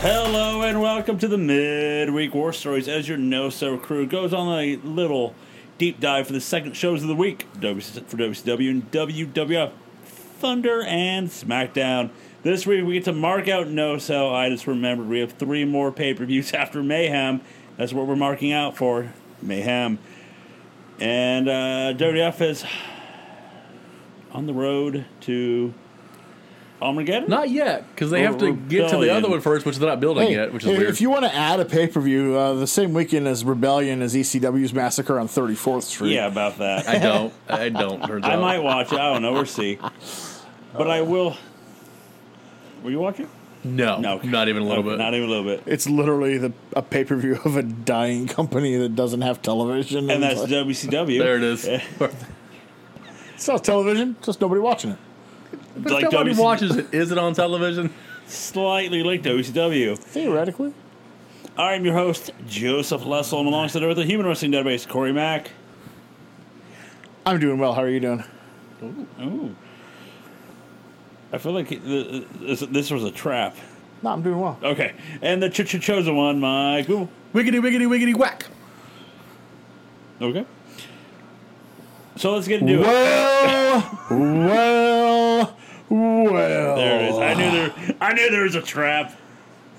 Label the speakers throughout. Speaker 1: Hello and welcome to the midweek war stories. As your no so crew goes on a little deep dive for the second shows of the week WC for WCW and WWF Thunder and SmackDown. This week we get to mark out no so. I just remembered we have three more pay per views after Mayhem. That's what we're marking out for Mayhem. And uh, WWF is on the road to Armageddon.
Speaker 2: Not yet, because they have to get to the
Speaker 1: Rebellion.
Speaker 2: other one first, which they're not building yet, which is
Speaker 3: if
Speaker 2: weird.
Speaker 3: if you want to add a pay per view, uh, the same weekend as Rebellion is ECW's Massacre on 34th Street.
Speaker 1: yeah, about that.
Speaker 2: I don't. I don't. turns
Speaker 1: I
Speaker 2: out.
Speaker 1: might watch it. I don't know. We'll see. But I will. Will you watch it?
Speaker 2: No,
Speaker 1: No,
Speaker 2: not even a little
Speaker 1: Okay,
Speaker 2: bit.
Speaker 1: Not even a little bit.
Speaker 3: It's literally the, a pay per view of a dying company that doesn't have television.
Speaker 1: And that's
Speaker 3: like,
Speaker 1: WCW.
Speaker 2: there it is.
Speaker 1: Eh,
Speaker 3: it's not television, just nobody watching it.
Speaker 2: But
Speaker 1: Like
Speaker 2: nobody
Speaker 1: WC
Speaker 2: watches it. Is it on television?
Speaker 1: Slightly like WCW.
Speaker 3: Theoretically,
Speaker 1: I'm your host Joseph Lessel. I'm alongside with the Human Wrestling Database, Corey Mack.
Speaker 3: I'm doing well. How are you doing?
Speaker 1: Ooh. I feel like the, this, this was a trap.
Speaker 3: No, I'm doing well.
Speaker 1: Okay, and the ch- ch- chosen one, Mike. Ooh.
Speaker 2: Wiggity wiggity wiggity whack.
Speaker 1: Okay. So let's get into it.
Speaker 3: Well, well, well.
Speaker 1: There it is. I knew there. I knew there was a trap.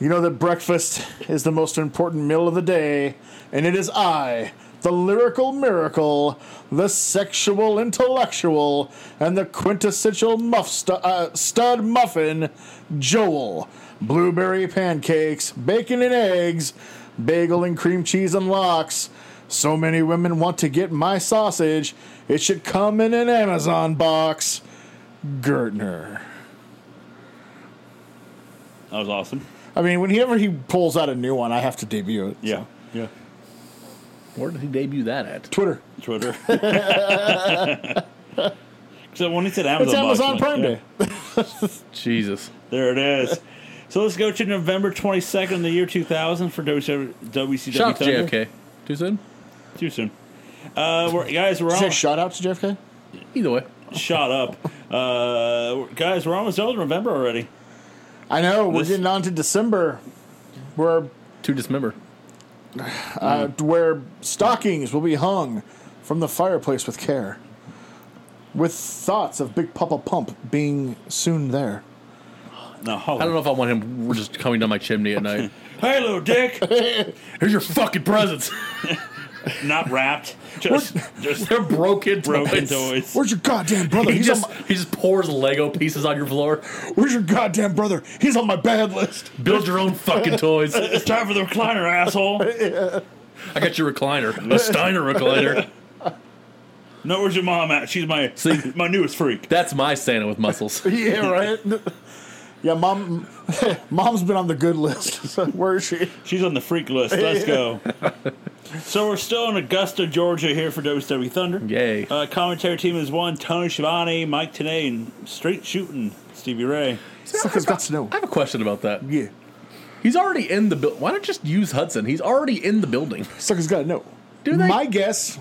Speaker 3: You know that breakfast is the most important meal of the day, and it is I, the lyrical miracle, the sexual intellectual, and the quintessential muff stu- uh, stud muffin, Joel. Blueberry pancakes, bacon and eggs, bagel and cream cheese and lox. So many women want to get my sausage, it should come in an Amazon box. Gertner.
Speaker 1: That was awesome.
Speaker 3: I mean, whenever he pulls out a new one, I have to debut it.
Speaker 1: Yeah.
Speaker 3: Yeah.
Speaker 2: Where did he debut that at?
Speaker 3: Twitter.
Speaker 1: Twitter. so when he said Amazon,
Speaker 3: It's Amazon
Speaker 1: box,
Speaker 3: Prime
Speaker 1: I'm like,
Speaker 3: Day.
Speaker 2: Jesus.
Speaker 1: yeah, there it is. so let's go to November 22nd, the year 2000 for WC- WCW.
Speaker 2: Shout out to
Speaker 1: Thunder.
Speaker 2: JFK. Too soon.
Speaker 1: Too soon. Uh, we're, guys, we're
Speaker 3: Did you say
Speaker 1: almost
Speaker 3: shout out to JFK?
Speaker 2: Either way,
Speaker 1: shot up. Uh, guys, we're almost over November already.
Speaker 3: I know we're
Speaker 1: This-
Speaker 3: getting on to December, where
Speaker 2: to dismember.
Speaker 3: uh, where stockings will be hung from the fireplace with care, with thoughts of Big Papa Pump being soon there.
Speaker 1: No,
Speaker 2: I don't know if I want him just coming down my chimney at night.
Speaker 1: Hey, little dick.
Speaker 2: Here's your fucking presents.
Speaker 1: Not wrapped. Just, just
Speaker 2: They're broken.
Speaker 1: broken
Speaker 2: toys.
Speaker 1: toys.
Speaker 3: Where's your goddamn brother?
Speaker 2: He
Speaker 3: He's
Speaker 2: just
Speaker 3: on my,
Speaker 2: he just pours Lego pieces on your floor.
Speaker 3: where's your goddamn brother? He's on my bad list.
Speaker 2: Build your own fucking toys.
Speaker 1: It's time for the recliner, asshole.
Speaker 2: I got your recliner, a Steiner recliner.
Speaker 1: No, where's your mom at? She's my
Speaker 2: See?
Speaker 1: my newest freak.
Speaker 2: That's my Santa with muscles.
Speaker 3: Yeah, right. yeah, mom. Mom's been on the good list. So where is she?
Speaker 1: She's on the freak list. Let's go. so we're still in Augusta, Georgia, here for WCW Thunder.
Speaker 2: Yay.
Speaker 1: Uh, commentary team is one Tony Schiavone, Mike Tenay, and straight shooting Stevie Ray.
Speaker 3: Suckers got to know.
Speaker 2: I have a question about that.
Speaker 3: Yeah,
Speaker 2: He's already in the building. Why not just use Hudson? He's already in the building.
Speaker 3: Suckers got to know.
Speaker 2: Do they?
Speaker 3: My guess,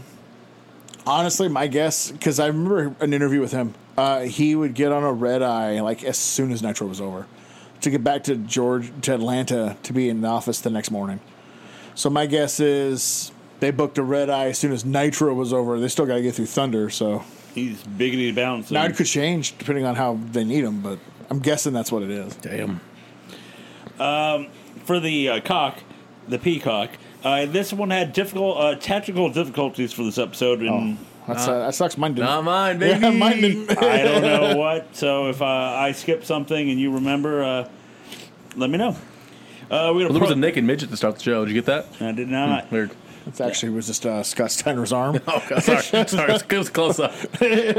Speaker 3: honestly, my guess, because I remember an interview with him. Uh, he would get on a red eye like as soon as Nitro was over to get back to George to Atlanta to be in the office the next morning. So my guess is they booked a red eye as soon as Nitro was over. They still got to get through Thunder, so
Speaker 1: He's biggity bouncing.
Speaker 3: now it could change depending on how they need him. But I'm guessing that's what it is.
Speaker 2: Damn.
Speaker 1: for the uh, cock, the peacock. Uh, this one had difficult uh, tactical difficulties for this episode, and
Speaker 3: That's uh, that sucks. Mine didn't.
Speaker 2: Not mine,
Speaker 3: Yeah,
Speaker 2: baby.
Speaker 3: mine didn't.
Speaker 2: Oh.
Speaker 1: I don't know what. So if uh, I skip something and you remember, uh, let me know. Uh, we got a
Speaker 2: Well, there was a
Speaker 1: pro-
Speaker 2: naked midget to start the show. Did you get that?
Speaker 1: I did not.
Speaker 2: Weird.
Speaker 3: It's actually it was just uh, Scott Steiner's arm.
Speaker 2: Oh, God, sorry. sorry. It was close up.
Speaker 1: Uh, we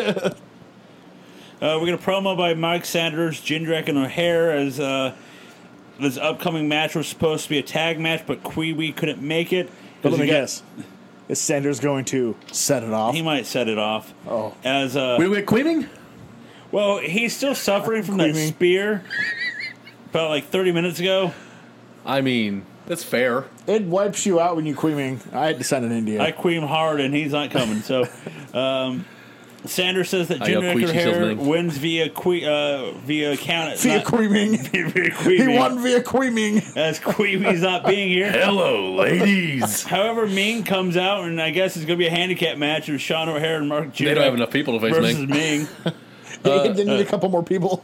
Speaker 1: got a promo by Mike Sanders, Jindrak, and O'Hare as uh, this upcoming match was supposed to be a tag match, but Kiwi couldn't make it.
Speaker 3: But let
Speaker 1: He
Speaker 3: me
Speaker 1: got-
Speaker 3: guess. Is Sanders going to set it off?
Speaker 1: He might set it off.
Speaker 3: Oh.
Speaker 1: As uh,
Speaker 2: Wait, wait, Queeming?
Speaker 1: well, he's still suffering from that
Speaker 3: Queenie.
Speaker 1: spear. About like 30 minutes ago,
Speaker 2: I mean, that's fair.
Speaker 3: It wipes you out when you queeming. I had to send an India.
Speaker 1: I queem hard and he's not coming. So, um, Sanders says that
Speaker 2: I got
Speaker 1: Jim Ricker
Speaker 2: Queechy
Speaker 1: Hair
Speaker 2: something.
Speaker 1: wins via que- uh, via count.
Speaker 3: Via
Speaker 1: not-
Speaker 3: queeming.
Speaker 1: via
Speaker 3: He
Speaker 1: queeming.
Speaker 3: won via queeming.
Speaker 1: As Queeby's not being here.
Speaker 2: Hello, ladies.
Speaker 1: However, Ming comes out, and I guess it's going to be a handicap match of Sean O'Hare and Mark Jurek
Speaker 2: they don't have enough people to face
Speaker 1: versus
Speaker 2: me.
Speaker 1: Ming.
Speaker 3: they need a couple more people.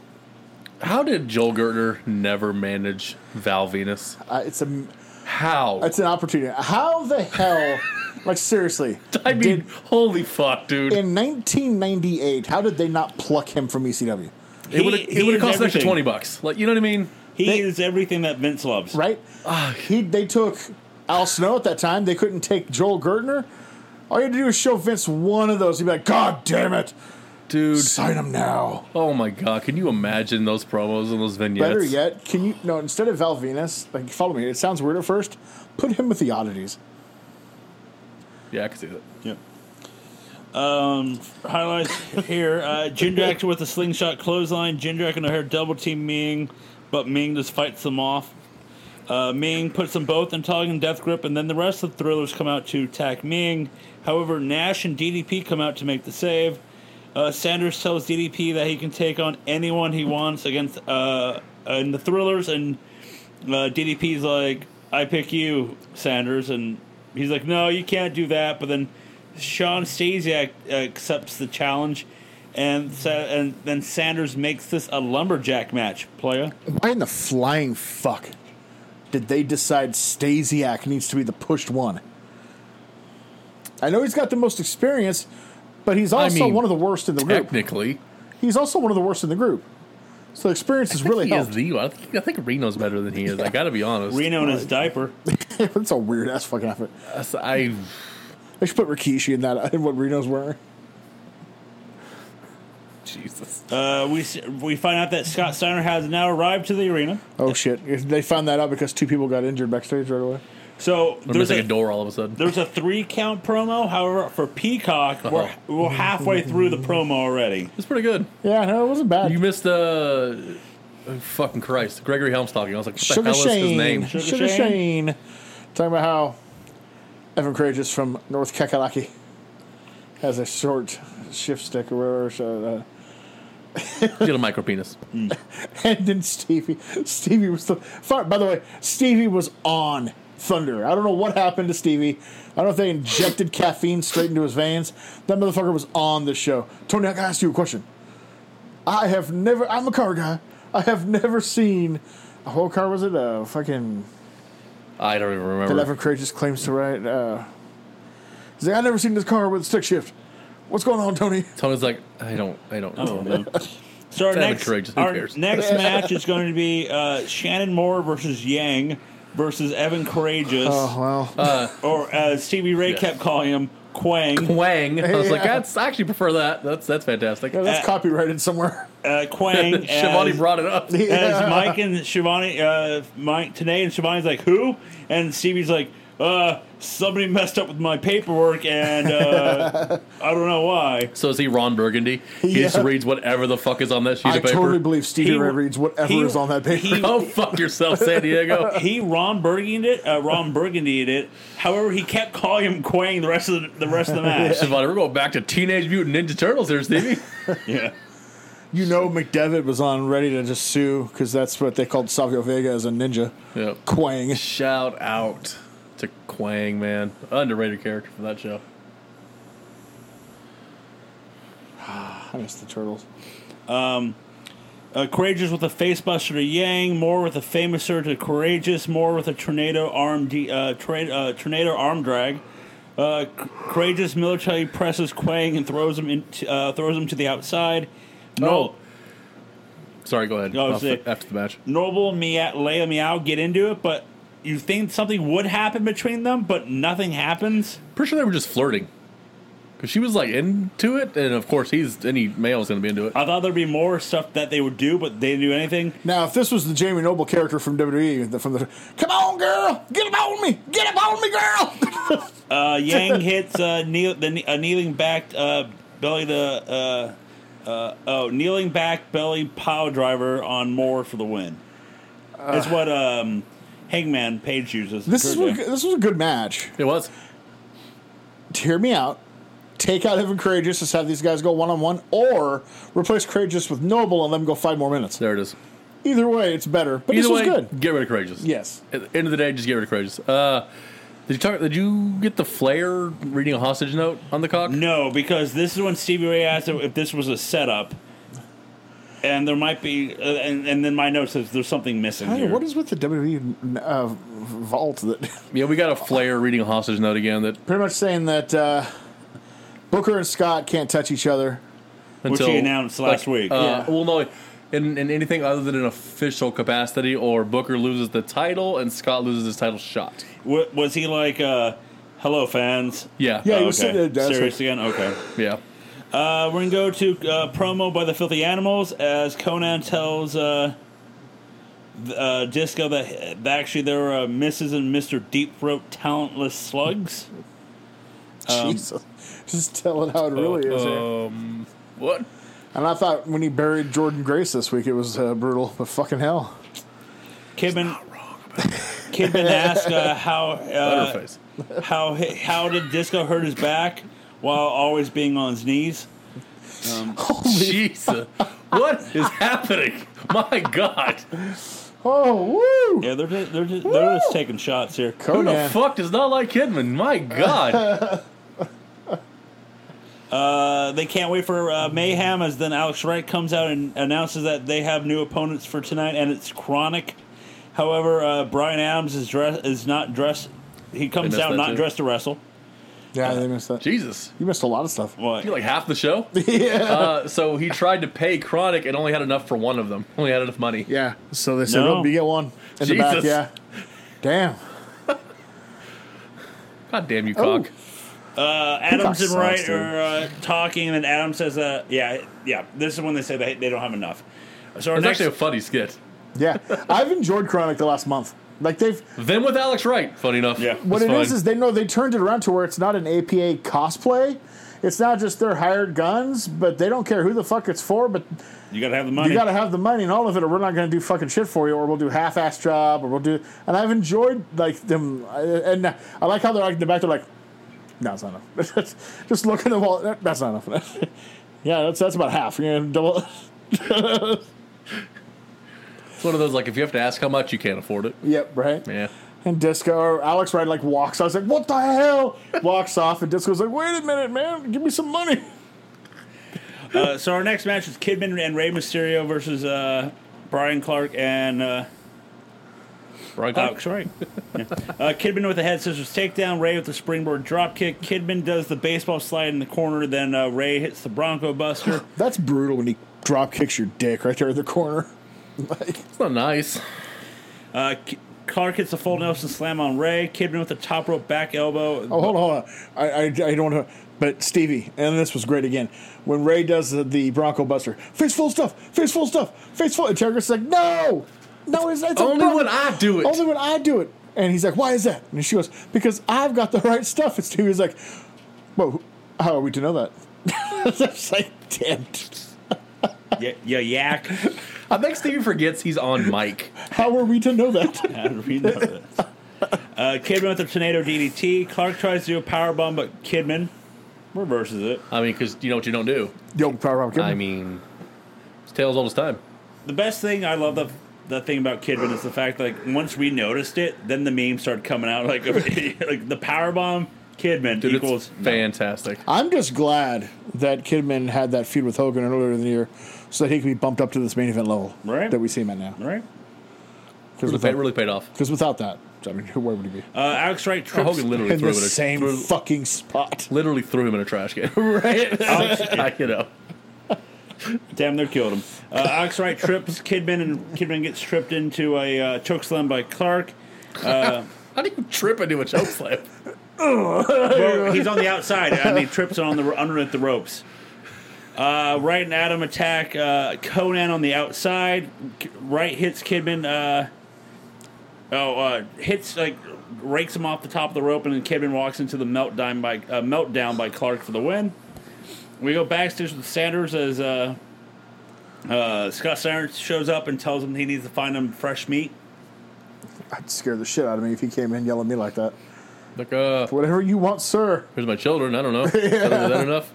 Speaker 2: How did Joel Gertner never manage Val Venus?
Speaker 3: Uh, it's a
Speaker 2: How?
Speaker 3: it's an opportunity. How the hell? like seriously,
Speaker 2: I mean,
Speaker 3: did-
Speaker 2: holy fuck, dude.
Speaker 3: in 1998, how did they not pluck him from E ECW?
Speaker 2: it would
Speaker 1: He- he
Speaker 2: it would
Speaker 1: is
Speaker 2: have cost an extra
Speaker 1: everything.
Speaker 2: twenty bucks. Like you know what I mean?
Speaker 1: He is everything that Vince loves.
Speaker 3: Right? he they took Al Snow at that time. They couldn't take Joel Gertner. All you had to do was show Vince one of those. He'd be like, "God damn it,
Speaker 2: Dude,
Speaker 3: sign him now."
Speaker 2: oh my god, can you imagine those promos and those vignettes?
Speaker 3: Better yet, can you no? Instead of Val Venus, like follow me. It sounds weird at first. Put him with the oddities.
Speaker 2: Yeah, I can see that.
Speaker 1: Yep. Um, highlights here. Uh, Jindrak with a slingshot clothesline. Jindrak and O'Hare double team Ming, but Ming just fights them off. Uh, Ming puts them both in Tog and Death Grip, and then the rest of the thrillers come out to attack Ming. However, Nash and DDP come out to make the save. Uh, Sanders tells DDP that he can take on anyone he wants against uh, in the thrillers, and uh, DDP's like, I pick you, Sanders. And he's like, no, you can't do that. But then Sean Stasiak uh, accepts the challenge. And sa- and then Sanders makes this a lumberjack match, playa.
Speaker 3: Why in the flying fuck did they decide Stasiak needs to be the pushed one? I know he's got the most experience, but he's also
Speaker 2: mean,
Speaker 3: one of the worst in the group.
Speaker 2: Technically,
Speaker 3: He's also one of the worst in the group. So experience is
Speaker 2: I think
Speaker 3: really
Speaker 2: he is
Speaker 3: helped.
Speaker 2: the. I think, I think Reno's better than he is. I got to be honest.
Speaker 1: Reno in his diaper.
Speaker 3: That's a weird ass fucking outfit.
Speaker 2: That's- I
Speaker 3: They should put Rikishi in that in what Reno's wearing.
Speaker 2: Jesus.
Speaker 1: Uh, we s- we find out that Scott Steiner has now arrived to the arena.
Speaker 3: Oh shit! They found that out because two people got injured backstage right away.
Speaker 1: So
Speaker 2: We're
Speaker 1: there's
Speaker 2: missing
Speaker 1: a,
Speaker 2: a, door all of a sudden.
Speaker 1: there's a three count promo. However, for Peacock, we're, we're halfway through the promo already.
Speaker 2: It's pretty good.
Speaker 3: Yeah, no, it wasn't bad.
Speaker 2: You missed uh, oh, fucking Christ, Gregory Helmstocking. I was like, what the
Speaker 3: Sugar
Speaker 2: hell is his
Speaker 3: Shane,
Speaker 2: name?
Speaker 3: Sugar,
Speaker 1: Sugar
Speaker 3: Shane. talking about how Evan Courage is from North Kakalaki has a short shift stick or whatever. So,
Speaker 2: She got a micro penis.
Speaker 3: uh, and then Stevie, Stevie was the. far- By the way, Stevie was on Thunder. I don't know what happened to Stevie. I don't know if they injected caffeine straight into his veins. That motherfucker was on the show. Tony, I gotta ask you a question. I have never. I'm a car guy. I have never seen. What car was it? Uh, fucking.
Speaker 2: I don't even
Speaker 3: The
Speaker 2: remember.
Speaker 3: Eleven Courageous claims to write. Uh, he's like, I've never seen this car with a stick shift. What's going on, Tony?
Speaker 2: Tony's like, I don't, I don't.
Speaker 1: Oh,
Speaker 2: know.
Speaker 1: man. So our
Speaker 2: Damn it,
Speaker 1: next,
Speaker 2: courageous. Who
Speaker 1: our
Speaker 2: cares?
Speaker 1: next match is going to be uh, Shannon Moore versus Yang versus Evan Courageous,
Speaker 3: Oh well,
Speaker 1: Uh, or as Stevie Ray
Speaker 2: Yeah.
Speaker 1: kept calling him, Quang.
Speaker 2: Wang. I was like,
Speaker 3: Yeah.
Speaker 2: that's. I actually prefer that. That's that's fantastic.
Speaker 3: Yeah, that's
Speaker 1: uh,
Speaker 3: copyrighted somewhere.
Speaker 1: Uh, Quang.
Speaker 2: Shivani
Speaker 1: as-
Speaker 2: brought it up.
Speaker 1: as Mike and Shivani, uh, Mike today, and Shivani's like, "Who?" And Stevie's like, "Uh, somebody messed up with my paperwork, and uh, I don't know why."
Speaker 2: So is he Ron Burgundy? He just
Speaker 3: Yeah.
Speaker 2: reads whatever the fuck is on that sheet
Speaker 3: I
Speaker 2: of paper.
Speaker 3: totally believe Stevie
Speaker 1: He-
Speaker 3: Ray reads whatever
Speaker 1: he-
Speaker 3: is on that paper.
Speaker 1: he-
Speaker 2: oh fuck yourself, San Diego.
Speaker 1: He Ron Burgundied it. Uh, Ron Burgundied it. However, he kept calling him Quang the rest of the, the rest of the match.
Speaker 2: Shivani, we're going back to Teenage Mutant Ninja Turtles here, Stevie.
Speaker 1: yeah.
Speaker 3: you know, McDevitt was on ready to just sue because that's what they called Savio Vega as a ninja.
Speaker 2: Yep.
Speaker 3: Quang.
Speaker 2: Shout out to Quang, man. Underrated character from that show.
Speaker 3: I miss the turtles.
Speaker 1: Uh, Courageous with a facebuster to Yang, Moore with a famouser to Courageous, Moore with a tornado arm de- uh, tra- uh, tornado arm drag. Uh, C- courageous military presses Quang and throws him in uh, throws him to the outside. No,
Speaker 2: Oh. Sorry, go ahead.
Speaker 1: No, I was
Speaker 2: After-
Speaker 1: saying-
Speaker 2: after the match.
Speaker 1: Noble Mia- Leia Meow get into it, but you think something would happen between them, but nothing happens.
Speaker 2: Pretty sure they were just flirting. Because she was like into it, and of course he's any male's gonna be into
Speaker 3: Uh,
Speaker 2: it.
Speaker 1: I thought there'd be more stuff that they would do, but they didn't do anything.
Speaker 3: Now, if this was the Jamie Noble character from WWE, the, from the "Come on, girl, get up on me, get up on me, girl,"
Speaker 1: Uh, Yang hits uh, kneel, the kne- a kneeling back uh, belly to uh, uh, oh kneeling back belly pile driver on Moore for the win. That's what um, Hangman Page uses.
Speaker 3: this is what, this was a good match.
Speaker 2: It was.
Speaker 3: hear me out. take out Evan Courageous, just have these guys go one on one, or replace Courageous with Noble and let him go five more minutes.
Speaker 2: There it is.
Speaker 3: Either way, it's better. But
Speaker 2: Either
Speaker 3: this
Speaker 2: way,
Speaker 3: was good.
Speaker 2: get rid of Courageous.
Speaker 3: Yes.
Speaker 2: At the end of the day, just get rid of Courageous. Uh, did you talk? Did you get the flare reading a hostage note on the cock?
Speaker 1: No, because this is when Stevie Ray asked if if this was a setup, and there might be, uh, and, and then my note says there's something missing
Speaker 3: Hey,
Speaker 1: here.
Speaker 3: what is with the WWE uh, vault that
Speaker 2: Yeah, we got a flare reading a hostage note again. That
Speaker 3: pretty much saying that uh, Booker and Scott can't touch each other?
Speaker 1: which
Speaker 2: until
Speaker 1: he announced last
Speaker 2: like,
Speaker 1: week.
Speaker 2: Uh,
Speaker 3: Yeah.
Speaker 2: Well, no, in, in anything other than an official capacity, or Booker loses the title and Scott loses his title shot.
Speaker 1: Wa- was he like, uh, "Hello, fans"?
Speaker 2: Yeah,
Speaker 3: Yeah,
Speaker 1: Oh,
Speaker 3: he was
Speaker 1: okay.
Speaker 3: sitting there dancing.
Speaker 1: Serious again? Okay.
Speaker 2: yeah.
Speaker 1: Uh, we're gonna go to uh, promo by the Filthy Animals as Conan tells uh, th- uh, Disco that, that actually there are uh, Mrs. and Mister Deep Throat talentless slugs.
Speaker 3: Jesus. Um, Just tell it how it really is. eh?
Speaker 2: Um, what?
Speaker 3: And I thought when he buried Jordan Grace this week, it was uh, brutal, but fucking hell.
Speaker 1: Kidman. Kidman asked uh, how uh,
Speaker 2: Butterface.
Speaker 1: how he- how did Disco hurt his back while always being on his knees.
Speaker 2: Jesus, what is happening? My God,
Speaker 3: Oh, woo!
Speaker 1: Yeah, they're just, they're just, they're just taking shots here.
Speaker 2: who the
Speaker 3: Conan.
Speaker 2: fuck does not like Kidman? My God,
Speaker 1: Uh, they can't wait for uh, mayhem as then Alex Wright comes out and announces that they have new opponents for tonight, and it's Chronic. However, uh, Brian Adams is dress is not dressed. He comes
Speaker 2: missed
Speaker 1: out
Speaker 2: that
Speaker 1: not
Speaker 2: too.
Speaker 1: dressed to wrestle.
Speaker 3: Yeah, they missed that.
Speaker 2: Jesus,
Speaker 3: You missed a lot of stuff.
Speaker 1: What? Uh,
Speaker 2: you like half the show.
Speaker 3: yeah.
Speaker 2: Uh, so he tried to pay Chronic and only had enough for one of them. Only had enough money.
Speaker 3: Yeah. So they said,
Speaker 1: No.
Speaker 3: "Oh, you get one in the back."
Speaker 2: Jesus.
Speaker 3: Yeah. Damn.
Speaker 2: God damn you, cock.
Speaker 3: Oh.
Speaker 1: Uh, Adams and
Speaker 3: sucks,
Speaker 1: Wright
Speaker 3: dude.
Speaker 1: are uh, talking, and then Adams says, uh, "Yeah, yeah." This is when they say they, they don't have enough. So our
Speaker 2: It's
Speaker 1: next,
Speaker 2: actually a funny skit.
Speaker 3: Yeah. I've enjoyed Chronic the last month. Like they've
Speaker 2: Then with Alex Wright, funny enough.
Speaker 1: Yeah.
Speaker 3: what
Speaker 2: It's
Speaker 3: it is
Speaker 2: fine.
Speaker 3: is they know they turned it around to where it's not an APA cosplay. It's not just their hired guns, but they don't care who the fuck it's for. But
Speaker 1: you gotta have the
Speaker 3: you
Speaker 1: money.
Speaker 3: got to have the money and all of it, or we're not going to do fucking shit for you, or we'll do half-ass job, or we'll do. And I've enjoyed like them, I- and I like how they're like in the back. They're like, "No, it's not enough." just look at the wall. "That- That's not enough. yeah, that's that's about half. You're gonna double.
Speaker 2: It's one of those like if you have to ask how much, you can't afford it.
Speaker 3: yep, right.
Speaker 2: Yeah.
Speaker 3: And Disco or Alex Wright like walks. I was like, "What the hell?" Walks off, and Disco's like, "Wait a minute, man, give me some money."
Speaker 1: Uh, so our next match is Kidman and Rey Mysterio versus uh, Brian Clark and uh,
Speaker 2: Brian Cox.
Speaker 1: Alex Wright. Oh, Yeah. Uh, Kidman with the head scissors takedown. Ray with the springboard dropkick. Kidman does the baseball slide in the corner. Then uh, Ray hits the Bronco Buster.
Speaker 3: That's brutal when he drop kicks your dick right there in the corner. like,
Speaker 2: It's not nice.
Speaker 1: Uh, K- Clark hits the full Nelson slam on Ray. Kidman with the top rope back elbow.
Speaker 3: Oh, hold on, hold on. I, I, I don't want to. But Stevie, and this was great again. When Ray does the, the Bronco Buster, face full of stuff, face full of stuff, face full. And Terrorist is like, no, no, it's, it's a
Speaker 2: Only
Speaker 3: Bronco-
Speaker 2: when I do it."
Speaker 3: Only when I do it. And he's like, why is that? And she goes, because I've got the right stuff. And Stevie's like, whoa, how are we to know that? It's like, damn.
Speaker 1: Yeah, yeah, yak.
Speaker 2: I think Stevie forgets he's on mic.
Speaker 3: How are we to know that?
Speaker 1: How did we know this? Uh, Kidman with the tornado DDT. Clark tries to do a power bomb, but Kidman reverses it.
Speaker 2: I mean, because you know what you don't do.
Speaker 3: Yo, Power Bomb,
Speaker 2: I mean, it's tails all this time.
Speaker 1: The best thing I love the the thing about Kidman is the fact like once we noticed it, then the memes started coming out like like the power bomb Kidman
Speaker 2: Dude,
Speaker 1: equals
Speaker 2: it's fantastic.
Speaker 3: I'm just glad that Kidman had that feud with Hogan earlier in the year, so that he could be bumped up to this main event level
Speaker 1: Right.
Speaker 3: that we see him at now.
Speaker 1: right.
Speaker 3: Because
Speaker 2: Really paid, really paid off.
Speaker 3: Because without that, I mean, where would he be?
Speaker 1: Uh, Alex Wright trips.
Speaker 2: Hogan literally
Speaker 3: in the
Speaker 2: threw him in a
Speaker 3: same
Speaker 2: threw-
Speaker 3: fucking spot.
Speaker 2: literally threw him in a trash can.
Speaker 3: right?
Speaker 2: I, you know.
Speaker 1: Damn, they killed him. Uh, Alex Wright trips Kidman, and Kidman gets tripped into a uh, chokeslam by Clark.
Speaker 2: How do you trip into a choke slam?
Speaker 1: Well, he's on the outside, and he trips on the underneath the ropes. Uh, Wright and Adam attack uh, Conan on the outside. K- Wright hits Kidman. Uh, oh, uh, hits like rakes him off the top of the rope, and then Kidman walks into the meltdown by uh, meltdown by Clark for the win. We go backstage with Sanders as uh, uh, Scott Sanders shows up and tells him he needs to find him fresh meat.
Speaker 3: I'd scare the shit out of me if he came in yelling at me like that.
Speaker 2: Like, uh,
Speaker 3: Whatever you want, sir.
Speaker 2: here's my children. I don't know. Is that- is that enough?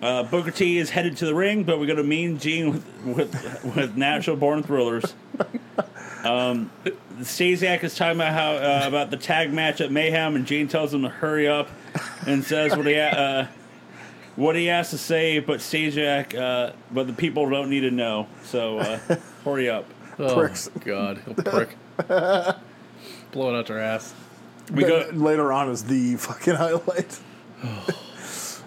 Speaker 1: Uh, Booker T is headed to the ring, but we go to Mean Gene with with, with natural born thrillers. Um, Stasiak is talking about how uh, about the tag match at Mayhem, and Gene tells him to hurry up, and says what he a- uh, what he has to say, but Stasiak, uh, but the people don't need to know, so uh, hurry up.
Speaker 2: Oh,
Speaker 3: Pricks.
Speaker 2: God, he'll prick. Blowing out their ass.
Speaker 1: We go
Speaker 3: Then later on is the fucking highlight.
Speaker 1: We
Speaker 2: I love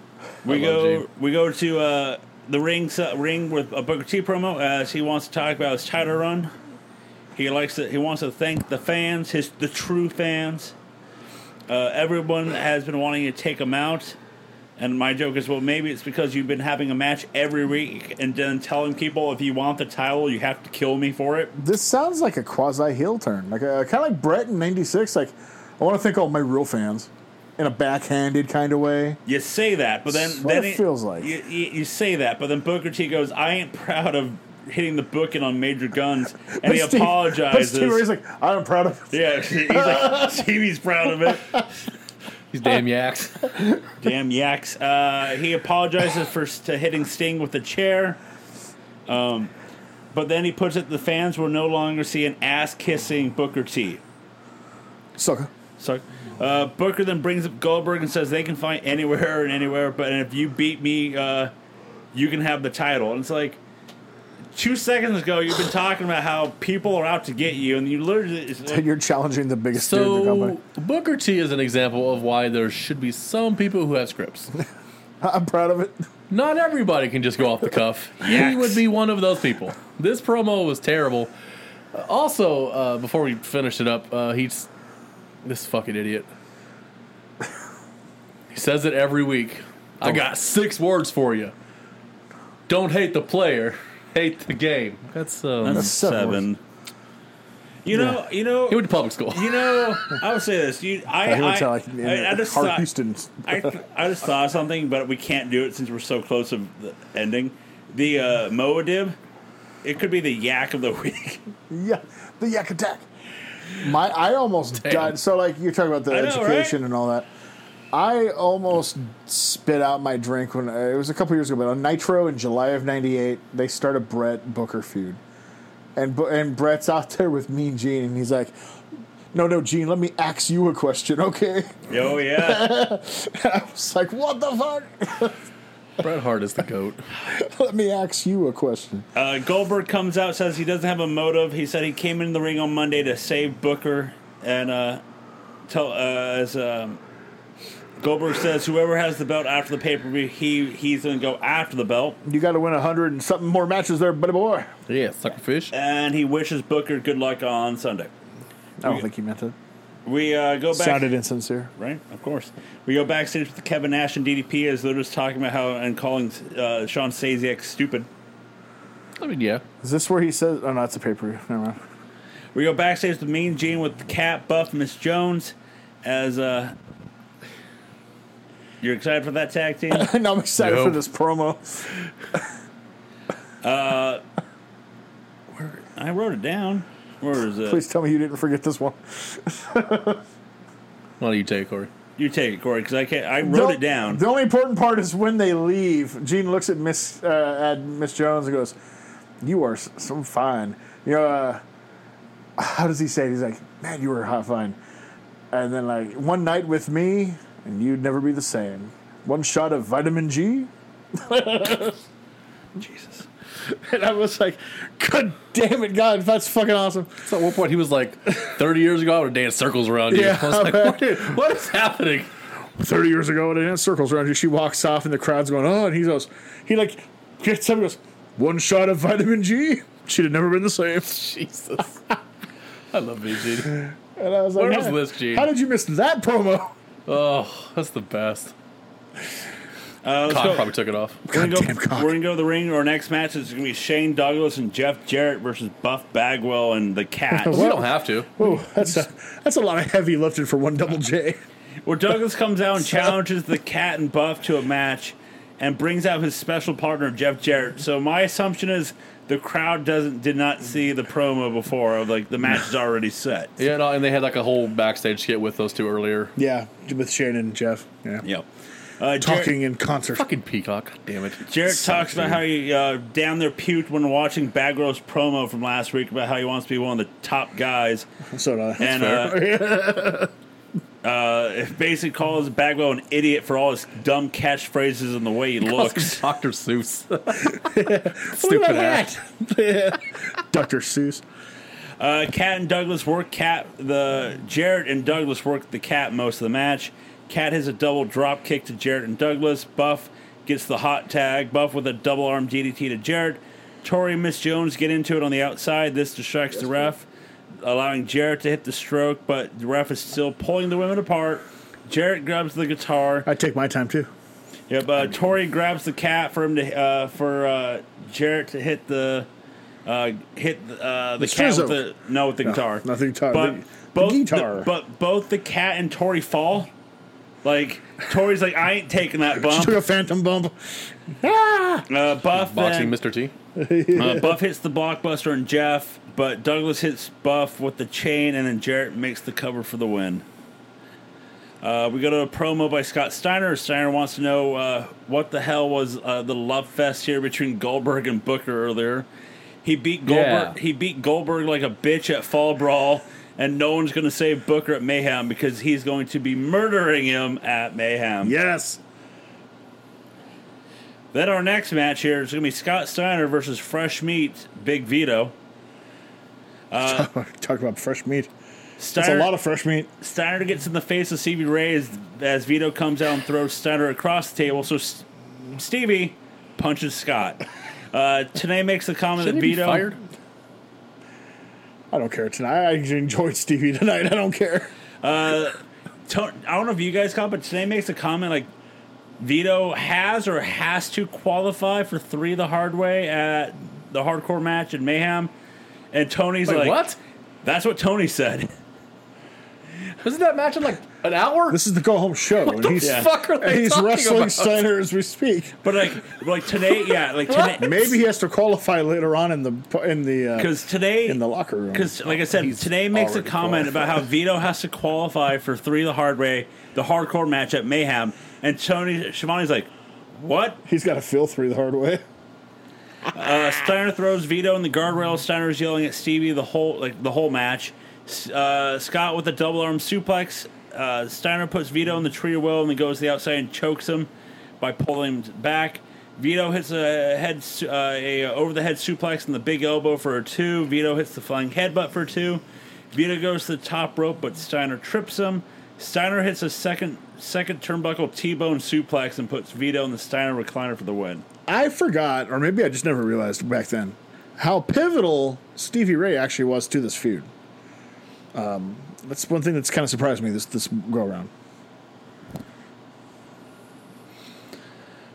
Speaker 1: go
Speaker 2: Gene.
Speaker 1: we go to uh, the ring uh, ring with a Booker T promo as he wants to talk about his title run. He likes to, he wants to thank the fans, his the true fans. Uh, everyone has been wanting to take him out. And my joke is, well, maybe it's because you've been having a match every week and then telling people if you want the title, you have to kill me for it.
Speaker 3: This sounds like a quasi heel turn, like uh, kind of like Brett in '96. Like, I want to thank all my real fans in a backhanded kind of way.
Speaker 1: You say that, but then
Speaker 3: That's what
Speaker 1: then
Speaker 3: it feels like.
Speaker 1: You, you, you say that, but then Booker T goes, "I ain't proud of hitting the booking on Major Guns," and he
Speaker 3: But Steve- but
Speaker 1: apologizes.
Speaker 3: Steve Ray's like, I'm proud of. it."
Speaker 1: yeah, he's like, "Stevie's proud of it."
Speaker 2: These damn yaks.
Speaker 1: Damn yaks. Uh, he apologizes for to hitting Sting with the chair. Um, but then he puts it: the fans will no longer see an ass kissing Booker T.
Speaker 3: Sucker.
Speaker 1: Sorry. Uh, Booker then brings up Goldberg and says they can fight anywhere and anywhere, but if you beat me, uh, you can have the title. And it's like two seconds ago, you've been talking about how people are out to get you, and you literally it's like,
Speaker 3: You're challenging the biggest dude in the
Speaker 2: So
Speaker 3: company.
Speaker 2: Booker T is an example of why there should be some people who have scripts.
Speaker 3: I'm proud of it.
Speaker 2: Not everybody can just go off the cuff. He
Speaker 1: Yikes.
Speaker 2: would be one of those people. This promo was terrible. Uh, Also, uh, before we finish it up, uh, he's this fucking idiot. He says it every week. I got six words for you. Don't hate the player, hate the game. That's um,
Speaker 1: that's
Speaker 3: seven.
Speaker 1: seven. You know, you know,
Speaker 2: he went to public school.
Speaker 1: you know. I would say this. You, I,
Speaker 3: I hear
Speaker 1: I,
Speaker 3: it's
Speaker 1: I,
Speaker 3: like
Speaker 1: I, just
Speaker 3: Hart
Speaker 1: thought,
Speaker 3: Houston.
Speaker 1: I, th- I just thought of something, but we can't do it since we're so close of the ending. The uh, Moa Dib, it could be the yak of the week.
Speaker 3: Yeah, the yak attack. My, I almost
Speaker 2: Damn.
Speaker 3: died. So like you're talking about the
Speaker 1: I know,
Speaker 3: education
Speaker 1: right?
Speaker 3: and all that. I almost spit out my drink when uh, it was a couple years ago, but on Nitro in July of '98, they started Brett Booker feud, and Bu- and Brett's out there with Mean Gene, and he's like, "No, no, Gene, let me ask you a question, okay?"
Speaker 1: oh yeah,
Speaker 3: It's like, "What the fuck?
Speaker 2: Bret Hart is the goat.
Speaker 3: let me ask you a question."
Speaker 1: uh, Goldberg comes out says he doesn't have a motive. He said he came in the ring on Monday to save Booker, and uh, tell uh, as um, Goldberg says, whoever has the belt after the pay per view, he he's gonna go after the belt,
Speaker 3: You got to win a hundred and something more matches there, buddy boy.
Speaker 2: Yeah, sucker fish.
Speaker 1: and he wishes Booker good luck on Sunday.
Speaker 3: I don't think he meant it.
Speaker 1: We uh, go back.
Speaker 3: Sounded insincere.
Speaker 1: Right, of course. We go backstage with Kevin Nash and DDP as they're just talking about how and calling uh, Sean Stasiak stupid.
Speaker 2: I mean, yeah.
Speaker 3: Is this where he says? Oh no, it's a pay per view. Never mind.
Speaker 1: We go backstage with Mean Gene with the Cat Buff Miss Jones as uh. You're excited for that tag team?
Speaker 3: no, I'm excited for
Speaker 2: Nope.
Speaker 3: this promo.
Speaker 1: I wrote it down. Where is it?
Speaker 3: Please tell me you didn't forget this one.
Speaker 2: Why don't you take it, Corey?
Speaker 1: You take it, Corey, because I can't. I wrote
Speaker 3: The-
Speaker 1: it down.
Speaker 3: The only important part is when they leave. Gene looks at Miss uh, at Miss Jones and goes, "You are s- some fine." You know, uh, how does he say? it? He's like, "Man, you were hot fine." And then like one night with me, and you'd never be the same. One shot of vitamin G,
Speaker 1: Jesus.
Speaker 3: and I was like, "God damn it, God, that's fucking awesome."
Speaker 2: So at one point he was like, 30 years ago, I would have danced circles around you.
Speaker 3: Yeah,
Speaker 2: I was like,
Speaker 3: man.
Speaker 2: what is, what is happening?
Speaker 3: thirty years ago, and it danced circles around you. She walks off, and the crowd's going, "Oh!" And he goes, he like gets up and goes, "One shot of vitamin G, she'd have never been the same."
Speaker 2: Jesus. I love BG.
Speaker 3: And I was like,
Speaker 2: Where was
Speaker 3: "How-
Speaker 2: this, Gene?"
Speaker 3: How did you miss that promo?"
Speaker 2: Oh, that's the best.
Speaker 1: Uh, let's
Speaker 2: Cock
Speaker 1: go.
Speaker 2: probably took it off.
Speaker 1: We're gonna,
Speaker 3: Goddamn
Speaker 1: go,
Speaker 3: cock.
Speaker 1: we're gonna go to the ring. Our next match is gonna be Shane Douglas and Jeff Jarrett versus Buff Bagwell and the Cat.
Speaker 2: We don't have to.
Speaker 3: Ooh, that's a, that's a lot of heavy lifting for one double J.
Speaker 1: Where Douglas comes out and challenges the cat and Buff to a match, and brings out his special partner Jeff Jarrett. So my assumption is the crowd doesn't did not see the promo before of like the match is already set.
Speaker 2: Yeah, no, and they had like a whole backstage skit with those two earlier.
Speaker 3: Yeah, with Shannon and Jeff. Yeah.
Speaker 1: Yep. Uh,
Speaker 3: Talking in concert.
Speaker 2: Fucking Peacock, God damn it.
Speaker 1: Jarrett talks about how he uh, down there puked when watching Bagwell's promo from last week about how he wants to be one of the top guys,
Speaker 3: So did I. That's
Speaker 1: and
Speaker 3: fair.
Speaker 1: uh, uh, it basically calls Bagwell an idiot for all his dumb catchphrases and the way he looks.
Speaker 2: Dr. Seuss. Stupid ass.
Speaker 3: Dr. Seuss.
Speaker 1: Uh, Cat and Douglas work Cat the Jarrett and Douglas work the Cat most of the match. Cat has a double drop kick to Jarrett and Douglas. Buff gets the hot tag. Buff with a double arm DDT to Jarrett. Tori and Miss Jones get into it on the outside. This distracts the ref, allowing Jarrett to hit the stroke, but the ref is still pulling the women apart. Jarrett grabs the guitar.
Speaker 3: I take my time too.
Speaker 1: Yep. Uh, Tori grabs the cat for him to uh, for uh, Jarrett to hit the uh, hit uh, the,
Speaker 3: The
Speaker 1: cat
Speaker 3: schizo.
Speaker 1: with the no with the guitar.
Speaker 3: not the guitar,
Speaker 1: But
Speaker 3: the- the
Speaker 1: both
Speaker 3: guitar.
Speaker 1: but both the cat and Tori fall. Like Tori's like I ain't taking that
Speaker 3: She took
Speaker 1: bump.
Speaker 3: a phantom bump. Ah!
Speaker 1: Uh, Buff
Speaker 2: Boxing
Speaker 1: then-
Speaker 2: Mr. T.
Speaker 1: uh, Buff hits the blockbuster and Jeff, but Douglas hits Buff with the chain, and then Jarrett makes the cover for the win. Uh, we go to a promo by Scott Steiner. Steiner wants to know uh, what the hell was uh, the love fest here between Goldberg and Booker earlier. He beat Goldberg.
Speaker 2: Yeah.
Speaker 1: He beat Goldberg like a bitch at Fall Brawl, and no one's going to save Booker at Mayhem because he's going to be murdering him at Mayhem.
Speaker 3: Yes.
Speaker 1: Then our next match here is going to be Scott Steiner versus Fresh Meat Big Vito.
Speaker 2: Uh,
Speaker 3: Talk about fresh meat. That's
Speaker 1: Steiner,
Speaker 3: a lot of fresh meat.
Speaker 1: Steiner gets in the face of Stevie Ray as, as Vito comes out and throws Steiner across the table. So S- Stevie punches Scott. Uh, Tanay makes the comment
Speaker 2: Shouldn't
Speaker 1: that
Speaker 2: he be
Speaker 1: Vito
Speaker 2: fired?
Speaker 3: I don't care tonight. I enjoyed Stevie tonight. I don't care.
Speaker 1: To- I don't know if you guys caught, but Tanay makes a comment like Vito has or has to qualify for three the hard way at the hardcore match in Mayhem. And Tony's
Speaker 2: Wait,
Speaker 1: like,
Speaker 2: what?
Speaker 1: That's what Tony said.
Speaker 2: Isn't that match in like an hour?
Speaker 3: This is the go home show.
Speaker 2: what the
Speaker 3: and he's,
Speaker 2: fuck are
Speaker 3: and
Speaker 2: they
Speaker 3: he's
Speaker 2: talking
Speaker 3: wrestling
Speaker 2: about?
Speaker 3: Steiner as we speak.
Speaker 1: But like, like Tanay, yeah, like Tanay.
Speaker 3: Maybe he has to qualify later on in the in the uh,
Speaker 1: Because today,
Speaker 3: in the locker room.
Speaker 1: Because, like I said, today makes a
Speaker 2: already
Speaker 1: comment about how Vito has to qualify for three the hard way, the hardcore match at Mayhem, and Tony Schiavone's like, "What?"
Speaker 3: He's got to feel through the hard way.
Speaker 1: Uh, Steiner throws Vito in the guardrail. Steiner's yelling at Stevie the whole like the whole match. S- Uh, Scott with a double arm suplex. Uh, Steiner puts Vito in the tree of will and then goes to the outside and chokes him by pulling him back. Vito hits a head su- uh, a over the head suplex and the big elbow for a two. Vito hits the flying headbutt for a two. Vito goes to the top rope, but Steiner trips him. Steiner hits a second second turnbuckle T bone suplex and puts Vito in the Steiner recliner for the win.
Speaker 3: I forgot, or maybe I just never realized back then, how pivotal Stevie Ray actually was to this feud. Um, that's one thing that's kind of surprised me this this go around.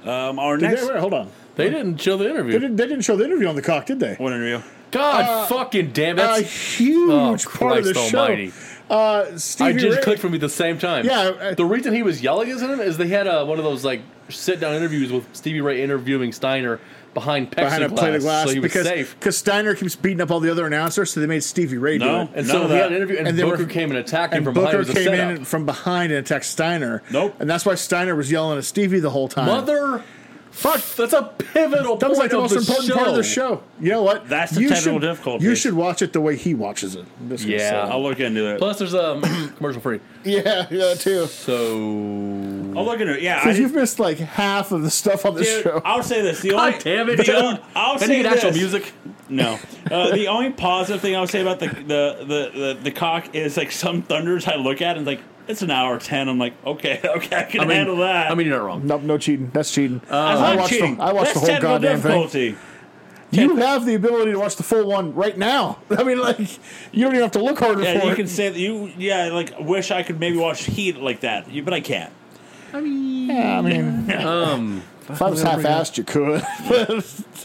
Speaker 1: Um, our
Speaker 3: Did
Speaker 1: next
Speaker 3: they, wait, hold on,
Speaker 2: They didn't show the
Speaker 3: they
Speaker 2: interview.
Speaker 3: didn't, they didn't show the interview on the cock, did they?
Speaker 1: what interview?
Speaker 2: God fucking damn
Speaker 3: A
Speaker 2: it.
Speaker 3: huge
Speaker 2: Oh,
Speaker 3: part
Speaker 2: Christ
Speaker 3: of the
Speaker 2: almighty.
Speaker 3: show. Uh, Stevie
Speaker 2: I just
Speaker 3: Ray,
Speaker 2: clicked from me at the same time.
Speaker 3: Yeah, I- I-
Speaker 2: the reason he was yelling at him is they had uh, one of those like sit down interviews with Stevie Ray interviewing Steiner behind Pexiglass,
Speaker 3: behind a plate of glass
Speaker 2: so he was
Speaker 3: because
Speaker 2: safe.
Speaker 3: because Steiner keeps beating up all the other announcers, so they made Stevie Ray
Speaker 1: No.
Speaker 3: do it.
Speaker 2: And
Speaker 1: None
Speaker 2: so
Speaker 1: of
Speaker 2: he
Speaker 1: that.
Speaker 2: had an interview, and,
Speaker 3: And they were-
Speaker 2: Booker came and attacked him
Speaker 3: And
Speaker 2: from behind. It was
Speaker 3: Booker
Speaker 2: a
Speaker 3: came
Speaker 2: setup.
Speaker 3: in from behind and attacked Steiner.
Speaker 1: Nope.
Speaker 3: And that's why Steiner was yelling at Stevie the whole time.
Speaker 2: Mother, fuck! That's a pivotal.
Speaker 3: That was like
Speaker 2: point
Speaker 3: the
Speaker 2: of
Speaker 3: most important part of the show. You know what?
Speaker 1: That's the
Speaker 3: you
Speaker 1: technical
Speaker 3: should,
Speaker 1: difficulties.
Speaker 3: You should watch it the way he watches it. This is
Speaker 2: Yeah.
Speaker 3: so-
Speaker 1: I'll look into it.
Speaker 2: Plus, there's a um, commercial free.
Speaker 3: yeah, yeah, too.
Speaker 2: So
Speaker 1: I'll look into it. Yeah, I
Speaker 3: Because you've
Speaker 1: did-
Speaker 3: missed like half of the stuff on this
Speaker 1: dude,
Speaker 3: show.
Speaker 1: I'll say this. The only,
Speaker 2: God damn it,
Speaker 1: the
Speaker 2: Joe.
Speaker 1: only- I'll
Speaker 2: Then
Speaker 1: say
Speaker 2: you get actual
Speaker 1: this.
Speaker 2: music.
Speaker 1: No, uh, the only positive thing I would say about the the, the the the cock is like some thunders I look at and like it's an hour ten. I'm like, okay, okay, I can
Speaker 2: I mean,
Speaker 1: handle that.
Speaker 2: I mean, you're not wrong.
Speaker 3: Nope, no cheating. That's cheating.
Speaker 2: Uh,
Speaker 1: I'm
Speaker 3: I
Speaker 1: not
Speaker 3: watched
Speaker 1: cheating.
Speaker 3: the, I watched
Speaker 1: That's
Speaker 3: the whole
Speaker 1: technical
Speaker 3: goddamn thing.
Speaker 1: difficulty.
Speaker 3: You have the ability to watch the full one right now. I mean, like you don't even have to look harder
Speaker 1: Yeah,
Speaker 3: for
Speaker 1: you
Speaker 3: it.
Speaker 1: can say that you. Yeah, like wish I could maybe watch Heat like that, You- but I can't.
Speaker 3: yeah, I mean, if I was half-assed, you could.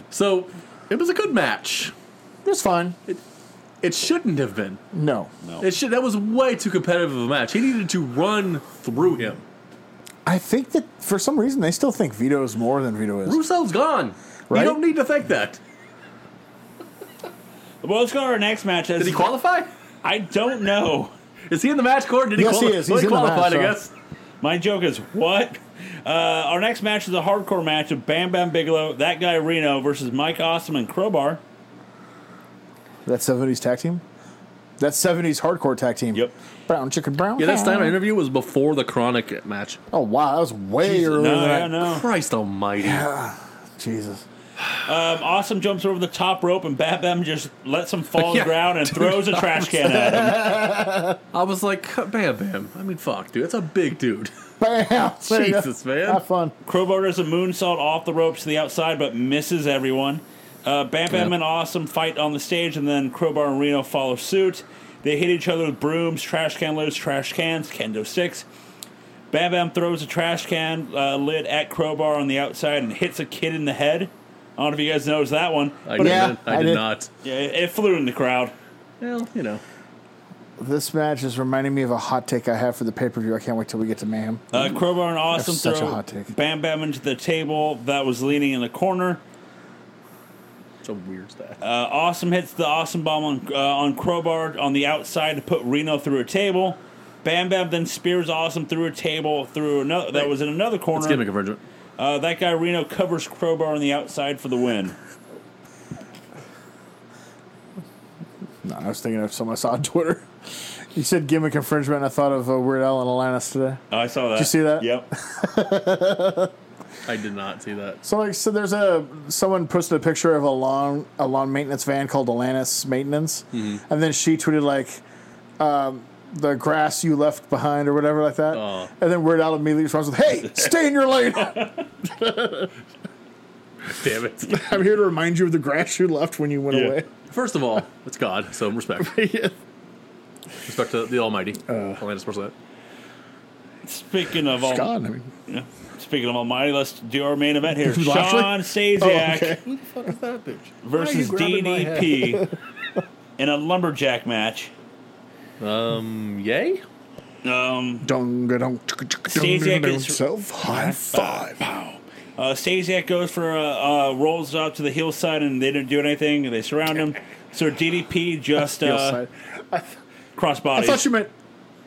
Speaker 2: So it was a good match.
Speaker 3: it's fine.
Speaker 2: It shouldn't have been.
Speaker 3: No,
Speaker 2: It should. That was way too competitive of a match. He needed to run through him.
Speaker 3: I think that for some reason they still think Vito is more than Vito is.
Speaker 2: Russo's gone.
Speaker 3: Right?
Speaker 2: You don't need to think that.
Speaker 1: Well, let's go to our next match.
Speaker 2: Did he qualify?
Speaker 1: I don't know.
Speaker 2: Is he in the match court? Did he
Speaker 3: Yes, he
Speaker 2: qualify?
Speaker 3: is.
Speaker 2: Well,
Speaker 3: He's in the
Speaker 2: qualified,
Speaker 3: match,
Speaker 2: I
Speaker 3: so-
Speaker 2: guess.
Speaker 1: My joke is what? Uh, our next match is a hardcore match of Bam Bam Bigelow, that guy Reno versus Mike Awesome and Crowbar.
Speaker 3: That seventies tag team. That seventies hardcore tag team.
Speaker 1: Yep.
Speaker 3: Brown chicken brown.
Speaker 2: Yeah, that Steiner
Speaker 3: cow.
Speaker 2: interview was before the Chronic match.
Speaker 3: Oh wow, that was way
Speaker 1: No,
Speaker 3: earlier.
Speaker 1: yeah,
Speaker 3: than that.
Speaker 1: no.
Speaker 2: Christ almighty.
Speaker 3: Jesus.
Speaker 1: Um, awesome jumps over the top rope and Bam Bam just lets him fall on the
Speaker 2: Yeah.
Speaker 1: ground and throws a trash can at him.
Speaker 2: I was like, bam, bam. I mean, fuck, dude. That's a big dude.
Speaker 3: Bam. There you go.
Speaker 2: Jesus, man.
Speaker 3: Have fun.
Speaker 1: Crowbar does a moonsault off the ropes to the outside, but misses everyone. Uh, Bam Bam
Speaker 2: Yeah.
Speaker 1: and Awesome fight on the stage, and then Crowbar and Reno follow suit. They hit each other with brooms, trash can lids, trash cans, kendo sticks. Bam Bam throws a trash can uh, lid at Crowbar on the outside and hits a kid in the head. I don't know if you guys noticed that one.
Speaker 2: I
Speaker 3: But-
Speaker 2: didn't. I,
Speaker 3: Yeah, I
Speaker 2: did,
Speaker 3: did.
Speaker 2: not.
Speaker 1: Yeah, it it flew in the crowd.
Speaker 2: Well, you know.
Speaker 3: This match is reminding me of a hot take I have for the pay per view. I can't wait till we get to Mayhem.
Speaker 1: Uh, Crowbar and Awesome
Speaker 3: Mm. That's such a
Speaker 1: throw
Speaker 3: hot take.
Speaker 1: Bam Bam into the table that was leaning in the corner.
Speaker 2: It's a weird stat.
Speaker 1: Uh, awesome hits the awesome bomb on uh, on Crowbar on the outside to put Reno through a table. Bam Bam then spears Awesome through a table through another that was in another
Speaker 2: it's
Speaker 1: corner.
Speaker 2: gimmick convergent.
Speaker 1: Uh, that guy Reno covers Crowbar on the outside for the win.
Speaker 3: No, I was thinking of something I saw on Twitter. You said gimmick infringement. and I thought of uh, Weird Al and Alanis today.
Speaker 1: Oh, I saw that. Did
Speaker 3: you see that?
Speaker 1: Yep.
Speaker 2: I did not see that.
Speaker 3: So like, so there's a someone posted a picture of a lawn a lawn maintenance van called Alanis Maintenance, and then she tweeted like, um, "The grass you left behind" or whatever like that.
Speaker 2: Aw.
Speaker 3: And then Weird Al immediately responds with, "Hey, stay in your lane.
Speaker 2: Damn it.
Speaker 3: I'm here to remind you of the grass you left when you went
Speaker 1: Yeah.
Speaker 3: away."
Speaker 2: First of all, it's God, so respect. Respect to the Almighty.
Speaker 3: Uh,
Speaker 2: Atlantis Porcelain.
Speaker 1: Speaking of all,
Speaker 3: It's gone. I mean,
Speaker 1: Yeah. speaking of Almighty, let's do our main event here.
Speaker 3: Lashley? Oh,
Speaker 1: Sean Stasiak
Speaker 3: okay.
Speaker 2: Who the fuck is that bitch?
Speaker 1: versus DDP in a lumberjack match.
Speaker 2: Um, yay?
Speaker 1: Um,
Speaker 3: Dunga dunk, chicka
Speaker 1: Stasiak
Speaker 3: chicka dunga dunk,
Speaker 1: gets-
Speaker 3: self high five.
Speaker 1: Uh, Stasiak goes for uh, uh, rolls up to the hillside, and they didn't do anything. They surround him. So DDP just uh,
Speaker 3: Hillside. I, th- I thought
Speaker 1: crossbodies.
Speaker 3: you meant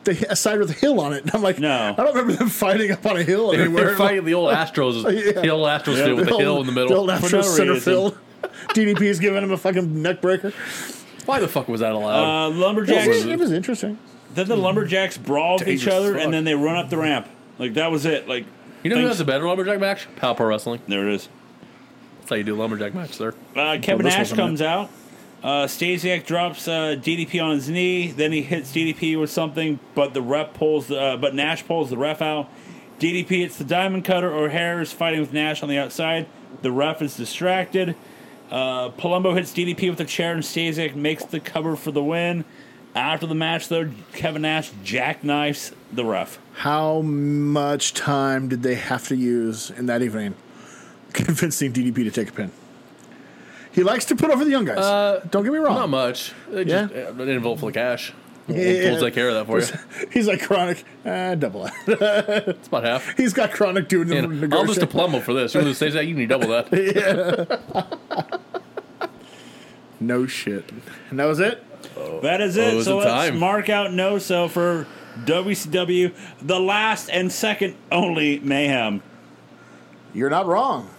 Speaker 3: the, a side with a hill on it. And I'm like,
Speaker 1: No.
Speaker 3: I don't remember them fighting up on a hill
Speaker 2: They're,
Speaker 3: anywhere.
Speaker 2: they're fighting the old Astros. The old Astros
Speaker 1: Yeah,
Speaker 2: do with the
Speaker 3: old-
Speaker 2: hill in the
Speaker 3: The
Speaker 2: middle.
Speaker 3: old Astros
Speaker 1: no
Speaker 3: center
Speaker 1: reason.
Speaker 3: field. DDP is giving him a fucking neck breaker.
Speaker 2: Why the fuck was that allowed?
Speaker 1: Uh,
Speaker 3: It was,
Speaker 1: lumberjacks.
Speaker 3: it was interesting.
Speaker 1: Then the lumberjacks brawl with each
Speaker 3: Dangerous
Speaker 1: other,
Speaker 3: fuck.
Speaker 1: and then they run up the ramp. Like that was it. Like
Speaker 2: you know who
Speaker 1: thanks-
Speaker 2: has a better lumberjack match? Power Pro Wrestling.
Speaker 1: There it is.
Speaker 2: That's how you do a lumberjack match, sir.
Speaker 1: Uh, Kevin
Speaker 3: this
Speaker 1: Nash
Speaker 3: wasn't
Speaker 1: comes out. Uh, Stasiak drops uh, DDP on his knee. Then he hits DDP with something, but the ref pulls. Uh, but Nash pulls the ref out. DDP hits the diamond cutter. O'Hare is fighting with Nash on the outside. The ref is distracted. Uh, Palumbo hits DDP with a chair, and Stasiak makes the cover for the win. After the match, though, Kevin Nash jackknifes the ref.
Speaker 3: How much time did they have to use in that evening convincing DDP to take a pin? He likes to put over the young guys.
Speaker 2: Uh,
Speaker 3: Uh, Don't get me
Speaker 2: Not
Speaker 3: wrong.
Speaker 2: much. They
Speaker 3: Yeah.
Speaker 2: just uh, didn't vote for the cash. We'll,
Speaker 3: Yeah.
Speaker 2: we'll take care of that for you.
Speaker 3: He's like chronic uh, double. A.
Speaker 2: It's about half.
Speaker 3: He's got chronic doing the
Speaker 2: And I'll just
Speaker 3: negotiation.
Speaker 2: diploma for this. You want to say that? You need double that.
Speaker 3: No shit. And that was it.
Speaker 1: That is
Speaker 2: Oh,
Speaker 1: it.
Speaker 2: is
Speaker 1: so
Speaker 2: it
Speaker 1: let's
Speaker 2: time?
Speaker 1: mark out no so for WCW, the last and second only mayhem.
Speaker 3: You're not wrong.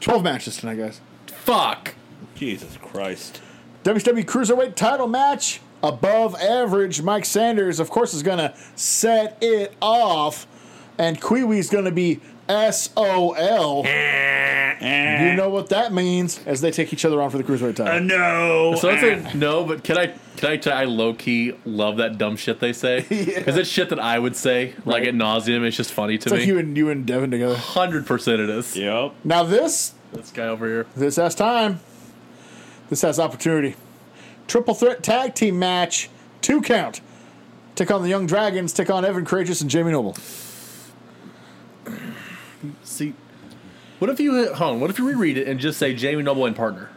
Speaker 3: Twelve matches tonight, guys.
Speaker 2: Fuck.
Speaker 1: Jesus Christ.
Speaker 3: WWE E Cruiserweight title match. Above average, Mike Sanders, of course, is going to set it off. And Kiwi's going to be SOL.
Speaker 1: Eh,
Speaker 3: You know what that means as they take each other on for the Cruiserweight
Speaker 1: Uh,
Speaker 3: title.
Speaker 1: no.
Speaker 2: So that's
Speaker 1: Ah.
Speaker 2: a no, but can I can I tell you I low key love that dumb shit they say? Because it's shit that I would say like at nauseum. It's just funny to
Speaker 3: It's like
Speaker 2: me.
Speaker 3: you and you and Devin together.
Speaker 2: Hundred percent, it is.
Speaker 1: Yep.
Speaker 3: Now this
Speaker 2: This guy over here.
Speaker 3: This has time. This has opportunity. Triple threat tag team match, two count. Take on the Young Dragons, take on Evan Courageous and Jamie Noble.
Speaker 2: See, what if you hit home? What if you reread it and just say Jamie Noble and partner?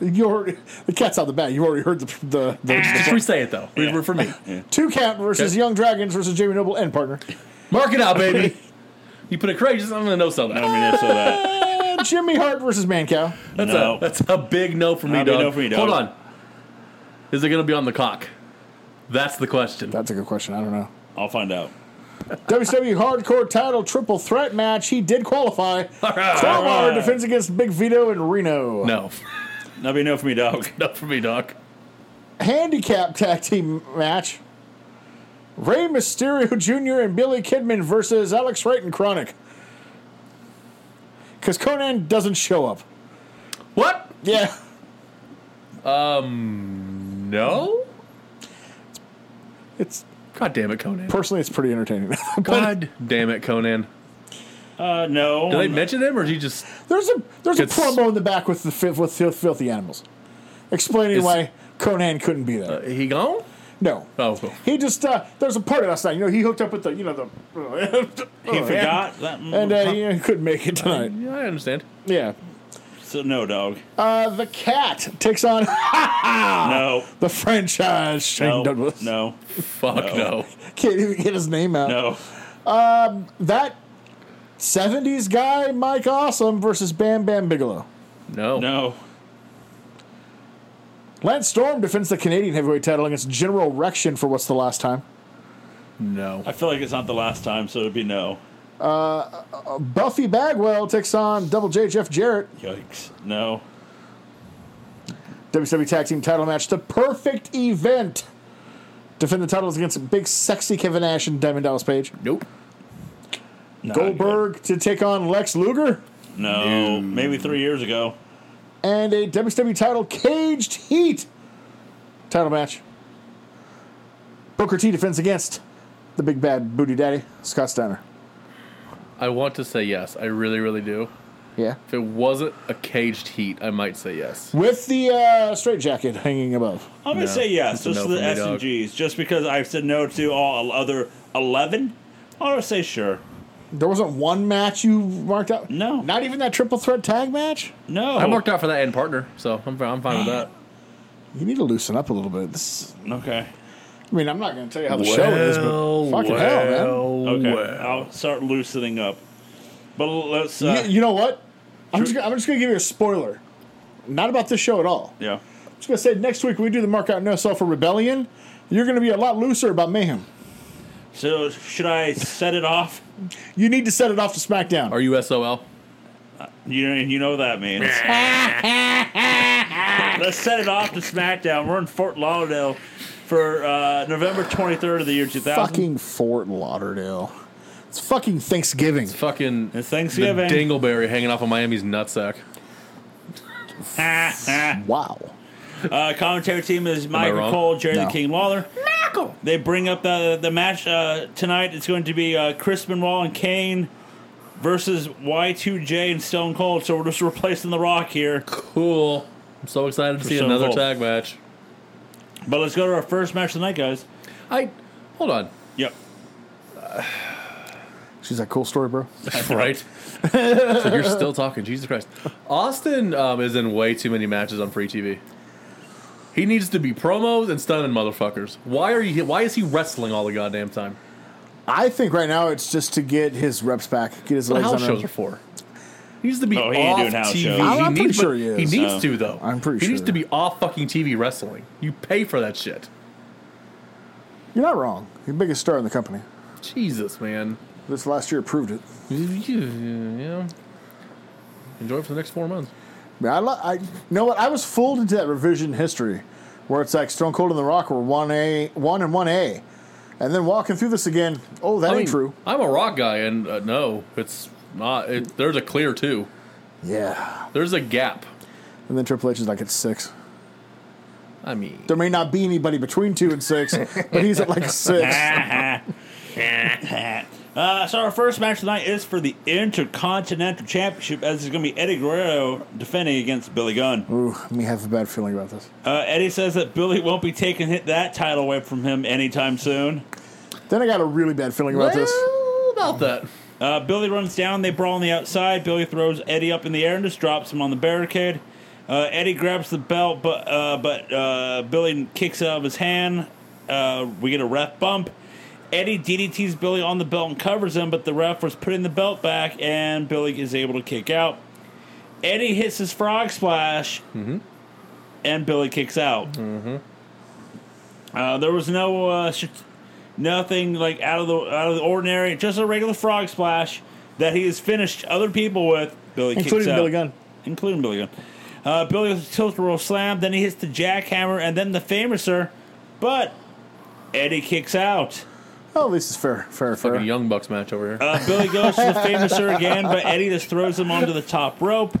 Speaker 3: You already, the cat's out of the bag. You already heard the, the, the
Speaker 2: Just re say it though.
Speaker 1: Yeah.
Speaker 2: For me,
Speaker 3: two count versus
Speaker 2: Okay.
Speaker 3: Young Dragons versus Jamie Noble and partner.
Speaker 2: Mark it out, baby. you put it courageous. I'm gonna no sell that.
Speaker 1: I mean, that's all that.
Speaker 3: And Jimmy Hart versus Mancow.
Speaker 2: That's
Speaker 1: no.
Speaker 2: a that's a big no for me,
Speaker 1: That'd be
Speaker 2: dog.
Speaker 1: no for me, dog.
Speaker 2: Hold on. Is it gonna be on the cock? That's the question.
Speaker 3: That's a good question. I don't know.
Speaker 1: I'll find out.
Speaker 3: WCW Hardcore Title Triple Threat match. He did qualify. Crowbar defends against Big Vito and Reno.
Speaker 2: no,
Speaker 1: That'd be no for me, dog.
Speaker 2: no for me, dog.
Speaker 3: handicap tag team match. Rey Mysterio Jr. and Billy Kidman versus Alex Wright and Chronic. Because Conan doesn't show up.
Speaker 2: What?
Speaker 3: Yeah.
Speaker 2: No.
Speaker 3: It's
Speaker 2: God damn it, Conan.
Speaker 3: personally it's pretty entertaining.
Speaker 2: God damn it, Conan.
Speaker 1: Uh, no.
Speaker 2: Did they mention him, or is he just?
Speaker 3: there's a there's a
Speaker 2: It's-
Speaker 3: promo in the back with the fi- with Fil- filthy animals. Explaining
Speaker 2: Is-
Speaker 3: why Conan couldn't be there.
Speaker 2: He gone?
Speaker 3: no.
Speaker 2: Oh,
Speaker 3: He just uh there's a party last night. You know, he hooked up with the you know the
Speaker 1: he forgot that.
Speaker 3: Oh,
Speaker 1: mm,
Speaker 3: and uh, he uh, couldn't make it tonight.
Speaker 2: yeah, I understand.
Speaker 3: Yeah.
Speaker 1: so no, dog.
Speaker 3: Uh, the cat takes on
Speaker 1: no.
Speaker 3: the franchise Shane
Speaker 1: No.
Speaker 3: Ah. Douglas.
Speaker 1: No.
Speaker 2: Fuck no.
Speaker 3: Can't even get his name out.
Speaker 1: No.
Speaker 3: That 70s guy, Mike Awesome, versus Bam Bam Bigelow.
Speaker 2: No.
Speaker 1: No.
Speaker 3: Lance Storm defends the Canadian heavyweight title against General Rection for what's the last time.
Speaker 2: No.
Speaker 1: I feel like it's not the last time, so it'd be no.
Speaker 3: Buffy Bagwell takes on Double J Jeff Jarrett.
Speaker 1: Yikes. No.
Speaker 3: WWE E Tag Team title match, the perfect event. Defend the titles against big, sexy Kevin Nash and Diamond Dallas Page.
Speaker 2: Nope.
Speaker 1: Not
Speaker 3: Goldberg to take on Lex Luger.
Speaker 1: good. No. Maybe three years ago.
Speaker 3: and a WWE title caged heat title match. Booker T defends against the big bad booty daddy, Scott Steiner.
Speaker 2: I want to say yes. I really, really do.
Speaker 3: Yeah.
Speaker 2: If it wasn't a caged heat, I might say yes.
Speaker 3: With the uh, straight jacket hanging above.
Speaker 1: I'm gonna
Speaker 2: No.
Speaker 1: say yes.
Speaker 2: That's a
Speaker 1: Just
Speaker 2: no
Speaker 1: to the
Speaker 2: for me,
Speaker 1: S and
Speaker 2: dog.
Speaker 1: G's, just because I've said no to all other eleven. I'm gonna say sure.
Speaker 3: There wasn't one match you marked out?
Speaker 1: No.
Speaker 3: Not even that triple threat tag match?
Speaker 1: No.
Speaker 2: I marked out for that end partner, so I'm, I'm fine with that.
Speaker 3: You need to loosen up a little bit. This,
Speaker 1: Okay.
Speaker 3: I mean, I'm not going to tell you how the show is, but fucking hell,
Speaker 1: Okay. I'll start loosening up. But let's. Uh,
Speaker 3: man. You, you know what? I'm just, gonna- I'm just going to give you a spoiler. Not about this show at all.
Speaker 1: yeah.
Speaker 3: I'm just going to say next week when we do the mark out no sell for Rebellion, you're going to be a lot looser about Mayhem.
Speaker 1: So should I set it off?
Speaker 3: You need to set it off to SmackDown.
Speaker 2: Are you SOL?
Speaker 1: You know, and you know what that means. Let's set it off to SmackDown. We're in Fort Lauderdale for uh, November 23rd of the year 2000.
Speaker 3: fucking Fort Lauderdale. It's fucking Thanksgiving.
Speaker 2: Fucking
Speaker 1: It's
Speaker 2: the
Speaker 1: Thanksgiving.
Speaker 2: dingleberry hanging off of Miami's nutsack.
Speaker 3: Wow.
Speaker 1: Uh, commentary team is Mike
Speaker 2: wrong?
Speaker 1: Cole, Jerry
Speaker 3: No.
Speaker 1: the King Lawler. They bring up the the match uh, tonight. It's going to be uh, Chris Benoit and Kane versus Y2J and Stone Cold. So we're just replacing The Rock here.
Speaker 2: Cool. I'm so excited to see
Speaker 1: Stone
Speaker 2: another
Speaker 1: Cold.
Speaker 2: tag match.
Speaker 1: But let's go to our first match tonight, guys.
Speaker 2: I hold on.
Speaker 1: Yep.
Speaker 3: She's like, cool story, bro.
Speaker 2: right? so you're still talking, Jesus Christ. Austin um, is in way too many matches on free TV. He needs to be promos and stunning motherfuckers. Why are you? Why is he wrestling all the goddamn time?
Speaker 3: I think right now it's just to get his reps back, get his
Speaker 2: What
Speaker 3: legs on
Speaker 2: house shows
Speaker 3: him.
Speaker 2: are for? He needs to be
Speaker 1: Oh, he ain't
Speaker 2: off
Speaker 1: doing house
Speaker 2: TV.
Speaker 1: shows.
Speaker 3: Oh,
Speaker 1: Oh.
Speaker 3: I'm- I'm
Speaker 2: needs,
Speaker 3: pretty sure
Speaker 2: but
Speaker 3: he is.
Speaker 2: needs
Speaker 1: No.
Speaker 2: to though.
Speaker 3: I'm pretty
Speaker 2: He needs
Speaker 3: sure.
Speaker 2: to be off fucking TV wrestling. You pay for that shit.
Speaker 3: You're not wrong. You're the biggest star in the company.
Speaker 2: Jesus, man.
Speaker 3: This last year proved it.
Speaker 2: Yeah. Enjoy it for the next four months.
Speaker 3: Man, I, lo- I you know what? I was fooled into that revision history where it's like Stone Cold and The Rock were one A, one and one A, and then walking through this again. Oh, that
Speaker 2: I
Speaker 3: ain't
Speaker 2: mean,
Speaker 3: true.
Speaker 2: I'm a rock guy, and uh, no, it's not. It, there's a clear two.
Speaker 3: Yeah.
Speaker 2: There's a gap.
Speaker 3: And then Triple H is like, it's six.
Speaker 2: I mean,
Speaker 3: There may not be anybody between two and six, but he's at like six.
Speaker 1: Uh, so our first match tonight is for the Intercontinental Championship, as it's going to be Eddie Guerrero defending against Billy Gunn.
Speaker 3: Ooh, me have a bad feeling about this.
Speaker 1: Uh, Eddie says that Billy won't be taking hit that title away from him anytime soon.
Speaker 3: Then I got a really bad feeling about this.
Speaker 2: Well, about that.
Speaker 1: Uh, Billy runs down. They brawl on the outside. Billy throws Eddie up in the air and just drops him on the barricade. Uh, Eddie grabs the belt, but uh, but uh, Billy kicks it out of his hand. Uh, we get a ref bump, Eddie DDTs Billy on the belt and covers him, but the ref was putting the belt back, and Billy is able to kick out. Eddie hits his frog splash, and Billy kicks out. Uh, there was no uh, sh- nothing like out of the out of the ordinary, just a regular frog splash that he has finished other people with. Billy kicks
Speaker 3: Including
Speaker 1: out
Speaker 3: Billy Gunn.
Speaker 1: including Billy Gunn. Uh, Billy with the tilt roll slam, then he hits the jackhammer, and then the famouser, but Eddie kicks out.
Speaker 3: Oh, this is fair, fair, fair.
Speaker 2: Fucking Young Bucks match over here.
Speaker 1: Uh, Billy goes to the famouser again, but Eddie just throws him onto the top rope.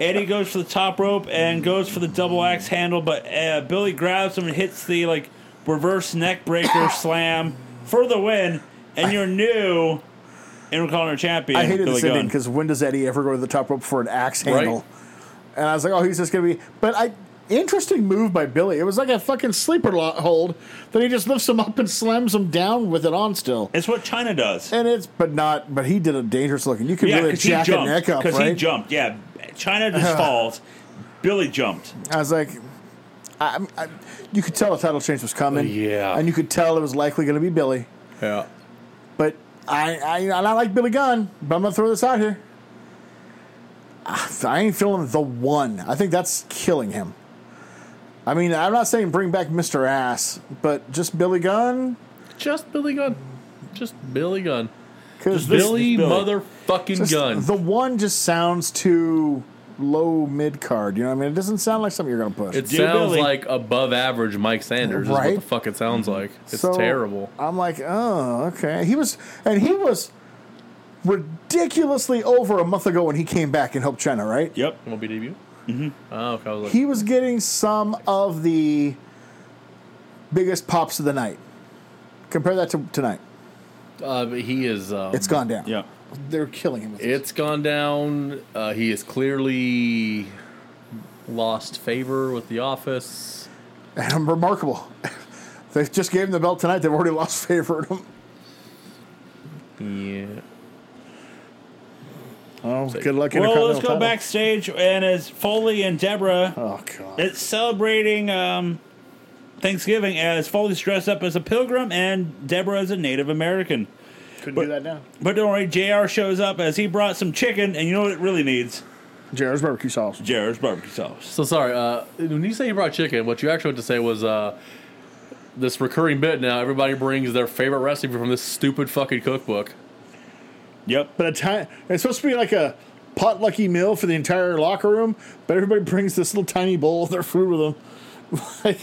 Speaker 1: Eddie goes for the top rope and goes for the double axe handle, but uh, Billy grabs him and hits the like reverse neck breaker slam for the win, and you're new Intercontinental Champion.
Speaker 3: I hated
Speaker 1: Billy
Speaker 3: this ending
Speaker 1: Gunn.
Speaker 3: because when does Eddie ever go to the top rope for an axe
Speaker 2: Right.
Speaker 3: handle? And I was like, oh, he's just gonna be. But I interesting move by Billy. It was like a fucking sleeper lo- hold that he just lifts him up and slams him down with it on still.
Speaker 1: It's what China does.
Speaker 3: And it's but not. But he did a dangerous looking. You could
Speaker 1: Yeah,
Speaker 3: really
Speaker 1: because he
Speaker 3: jack a
Speaker 1: jumped.
Speaker 3: neck up,
Speaker 1: Because he
Speaker 3: right?
Speaker 1: jumped. Yeah, China just falls. Billy jumped.
Speaker 3: I was like. I, I, you could tell the title change was coming.
Speaker 2: Yeah.
Speaker 3: And you could tell it was likely going to be Billy.
Speaker 2: yeah.
Speaker 3: But I, I, and I like Billy Gunn, but I'm gonna throw this out here. Ah, I ain't feeling the one. I think that's killing him. I mean, I'm not saying bring back Mr. Ass, but just Billy Gunn.
Speaker 2: Just Billy Gunn. Just Billy Gunn.
Speaker 3: Because
Speaker 2: Billy,
Speaker 1: Billy.
Speaker 2: motherfucking Gunn.
Speaker 3: the one just sounds too low mid card. You know what I mean? It doesn't sound like something you're gonna push.
Speaker 2: it
Speaker 1: Do
Speaker 2: sounds
Speaker 1: Billy.
Speaker 2: like above average Mike Sanders. Is what
Speaker 3: Right?
Speaker 2: the fuck it sounds like. It's
Speaker 3: So,
Speaker 2: terrible.
Speaker 3: I'm like, oh, okay. He was, and he was ridiculously over a month ago when he came back and helped China, right?
Speaker 1: Yep.
Speaker 2: MLB debut. Mm-hmm. Oh, okay. I was like,
Speaker 3: he was getting some of the biggest pops of the night. Compare that to tonight.
Speaker 2: uh, but he is. Um,
Speaker 3: It's gone down.
Speaker 1: Yeah.
Speaker 3: They're killing him. With this.
Speaker 2: It's gone down. Uh, he has clearly lost favor with the office.
Speaker 3: And remarkable. they just gave him the belt tonight. They've already lost favor in him.
Speaker 2: Yeah.
Speaker 3: Oh, good luck.
Speaker 1: Well, let's go
Speaker 3: Intercontinental title.
Speaker 1: backstage, and as Foley and Deborah,
Speaker 3: Oh, God.
Speaker 1: it's celebrating um, Thanksgiving as Foley's dressed up as a pilgrim and Deborah as a Native American.
Speaker 3: Couldn't do that now.
Speaker 1: But don't worry, JR shows up as he brought some chicken, and you know what it really needs?
Speaker 3: Jared's barbecue sauce.
Speaker 1: JR's barbecue sauce.
Speaker 2: So sorry. Uh, when you say you brought chicken, what you actually meant to say was uh, this recurring bit. Now everybody brings their favorite recipe from this stupid fucking cookbook.
Speaker 1: Yep.
Speaker 3: But a ti- it's supposed to be like a potlucky meal for the entire locker room, but everybody brings this little tiny bowl of their food with them. like,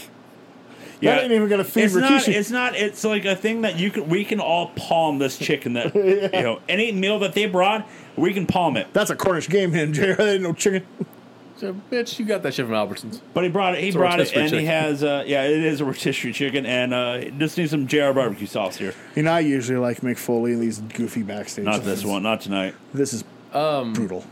Speaker 3: that ain't even going to feed
Speaker 1: it's not,
Speaker 3: Rikishi.
Speaker 1: it's not. It's like a thing that you can. We can all palm this chicken that you know. Any meal that they brought, we can palm it.
Speaker 3: That's a Cornish game hen, Jared. That ain't no chicken.
Speaker 2: So, bitch, you got that shit from Albertsons.
Speaker 1: But he brought it. He
Speaker 2: a
Speaker 1: brought it,
Speaker 2: rotisserie
Speaker 1: and he
Speaker 2: chicken.
Speaker 1: has. Uh, yeah, it is a rotisserie chicken, and uh, just need some JR barbecue sauce here.
Speaker 3: You know, I usually like Mick Foley and these goofy backstage.
Speaker 1: Not this
Speaker 3: things.
Speaker 1: one. Not tonight.
Speaker 3: This is brutal.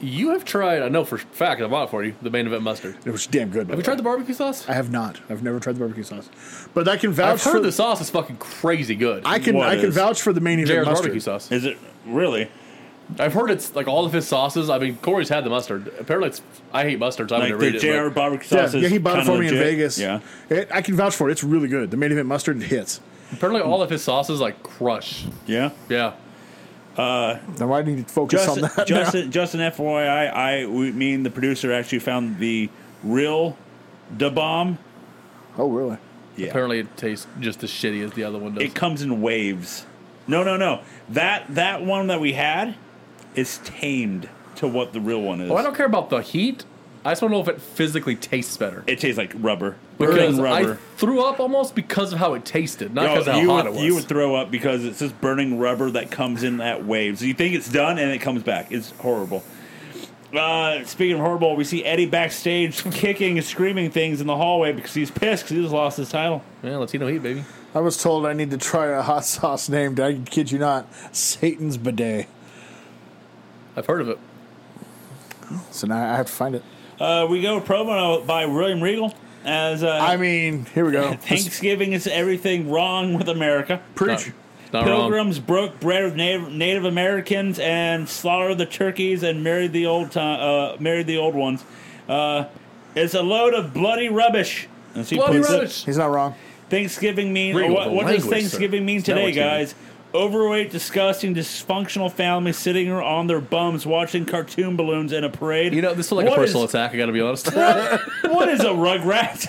Speaker 2: You have tried. I know for a fact. I bought it for you. The main event mustard.
Speaker 3: It was damn good. Have
Speaker 2: Have you tried the barbecue sauce?
Speaker 3: I have not. I've never tried the barbecue sauce, but I can vouch
Speaker 2: I've heard
Speaker 3: for
Speaker 2: the sauce is fucking crazy good.
Speaker 3: I can
Speaker 1: What
Speaker 3: I can
Speaker 1: is?
Speaker 3: vouch for the main event
Speaker 2: Jared's barbecue
Speaker 3: mustard.
Speaker 2: sauce.
Speaker 1: Is it really?
Speaker 2: I've heard it's like all of his sauces. I mean, Corey's had the mustard. Apparently, it's, I hate mustard, so I
Speaker 1: Like
Speaker 2: would
Speaker 1: the
Speaker 2: read it.
Speaker 1: JR
Speaker 2: but-
Speaker 1: barbecue
Speaker 3: Yeah,
Speaker 1: sauce.
Speaker 3: yeah,
Speaker 1: is
Speaker 3: he bought it
Speaker 1: kinda
Speaker 3: for me in
Speaker 1: legit.
Speaker 3: Vegas.
Speaker 1: Yeah.
Speaker 3: It, I can vouch for it. It's really good. The main event mustard hits.
Speaker 2: apparently, all of his sauces like crush.
Speaker 1: Yeah.
Speaker 2: Yeah,
Speaker 3: Then why do you need to focus
Speaker 1: Justin,
Speaker 3: on that? now?
Speaker 1: Justin, Justin, FYI, I we, me and the producer actually found the real da bomb.
Speaker 3: Oh, really?
Speaker 1: Yeah.
Speaker 2: Apparently, it tastes just as shitty as the other one does.
Speaker 1: It comes in waves. No, no, no. That that one that we had is tamed to what the real one is.
Speaker 2: oh, I don't care about the heat. I just want to know if it physically tastes better.
Speaker 1: it tastes like rubber.
Speaker 2: Because
Speaker 1: Burning rubber.
Speaker 2: I threw up almost because of how it tasted, not
Speaker 1: Yo,
Speaker 2: because of how
Speaker 1: you,
Speaker 2: hot
Speaker 1: would,
Speaker 2: it was.
Speaker 1: you would throw up because it's just burning rubber that comes in at waves. You think it's done and it comes back. It's horrible. Uh, speaking of horrible, we see Eddie backstage kicking and screaming things in the hallway because he's pissed because he just lost his title.
Speaker 2: yeah, Latino heat, baby.
Speaker 3: I was told I need to try a hot sauce named. I kid you not, Satan's bidet.
Speaker 2: I've heard of it.
Speaker 3: So now I have to find it.
Speaker 1: Uh, we go promo by William Regal as uh,
Speaker 3: I mean, here we go. This-
Speaker 1: Thanksgiving is everything wrong with America.
Speaker 3: Preach.
Speaker 2: Not wrong.
Speaker 1: Pilgrims broke bread with Native, Native Americans and slaughtered the turkeys and married the old time, uh, married the old ones. Uh, it's a load of bloody rubbish. As he
Speaker 2: Bloody
Speaker 1: puts it.
Speaker 2: rubbish.
Speaker 3: He's not wrong.
Speaker 1: Thanksgiving mean?
Speaker 2: Read
Speaker 1: or what
Speaker 2: the
Speaker 1: what does
Speaker 2: language, sir.
Speaker 1: Thanksgiving mean
Speaker 2: It's not
Speaker 1: today,
Speaker 2: what you mean.
Speaker 1: guys? Overweight, disgusting, dysfunctional families sitting on their bums watching cartoon balloons in a parade.
Speaker 2: You know, this is like a
Speaker 1: What
Speaker 2: personal
Speaker 1: is-
Speaker 2: attack. I got to be honest.
Speaker 1: what is a rugrat?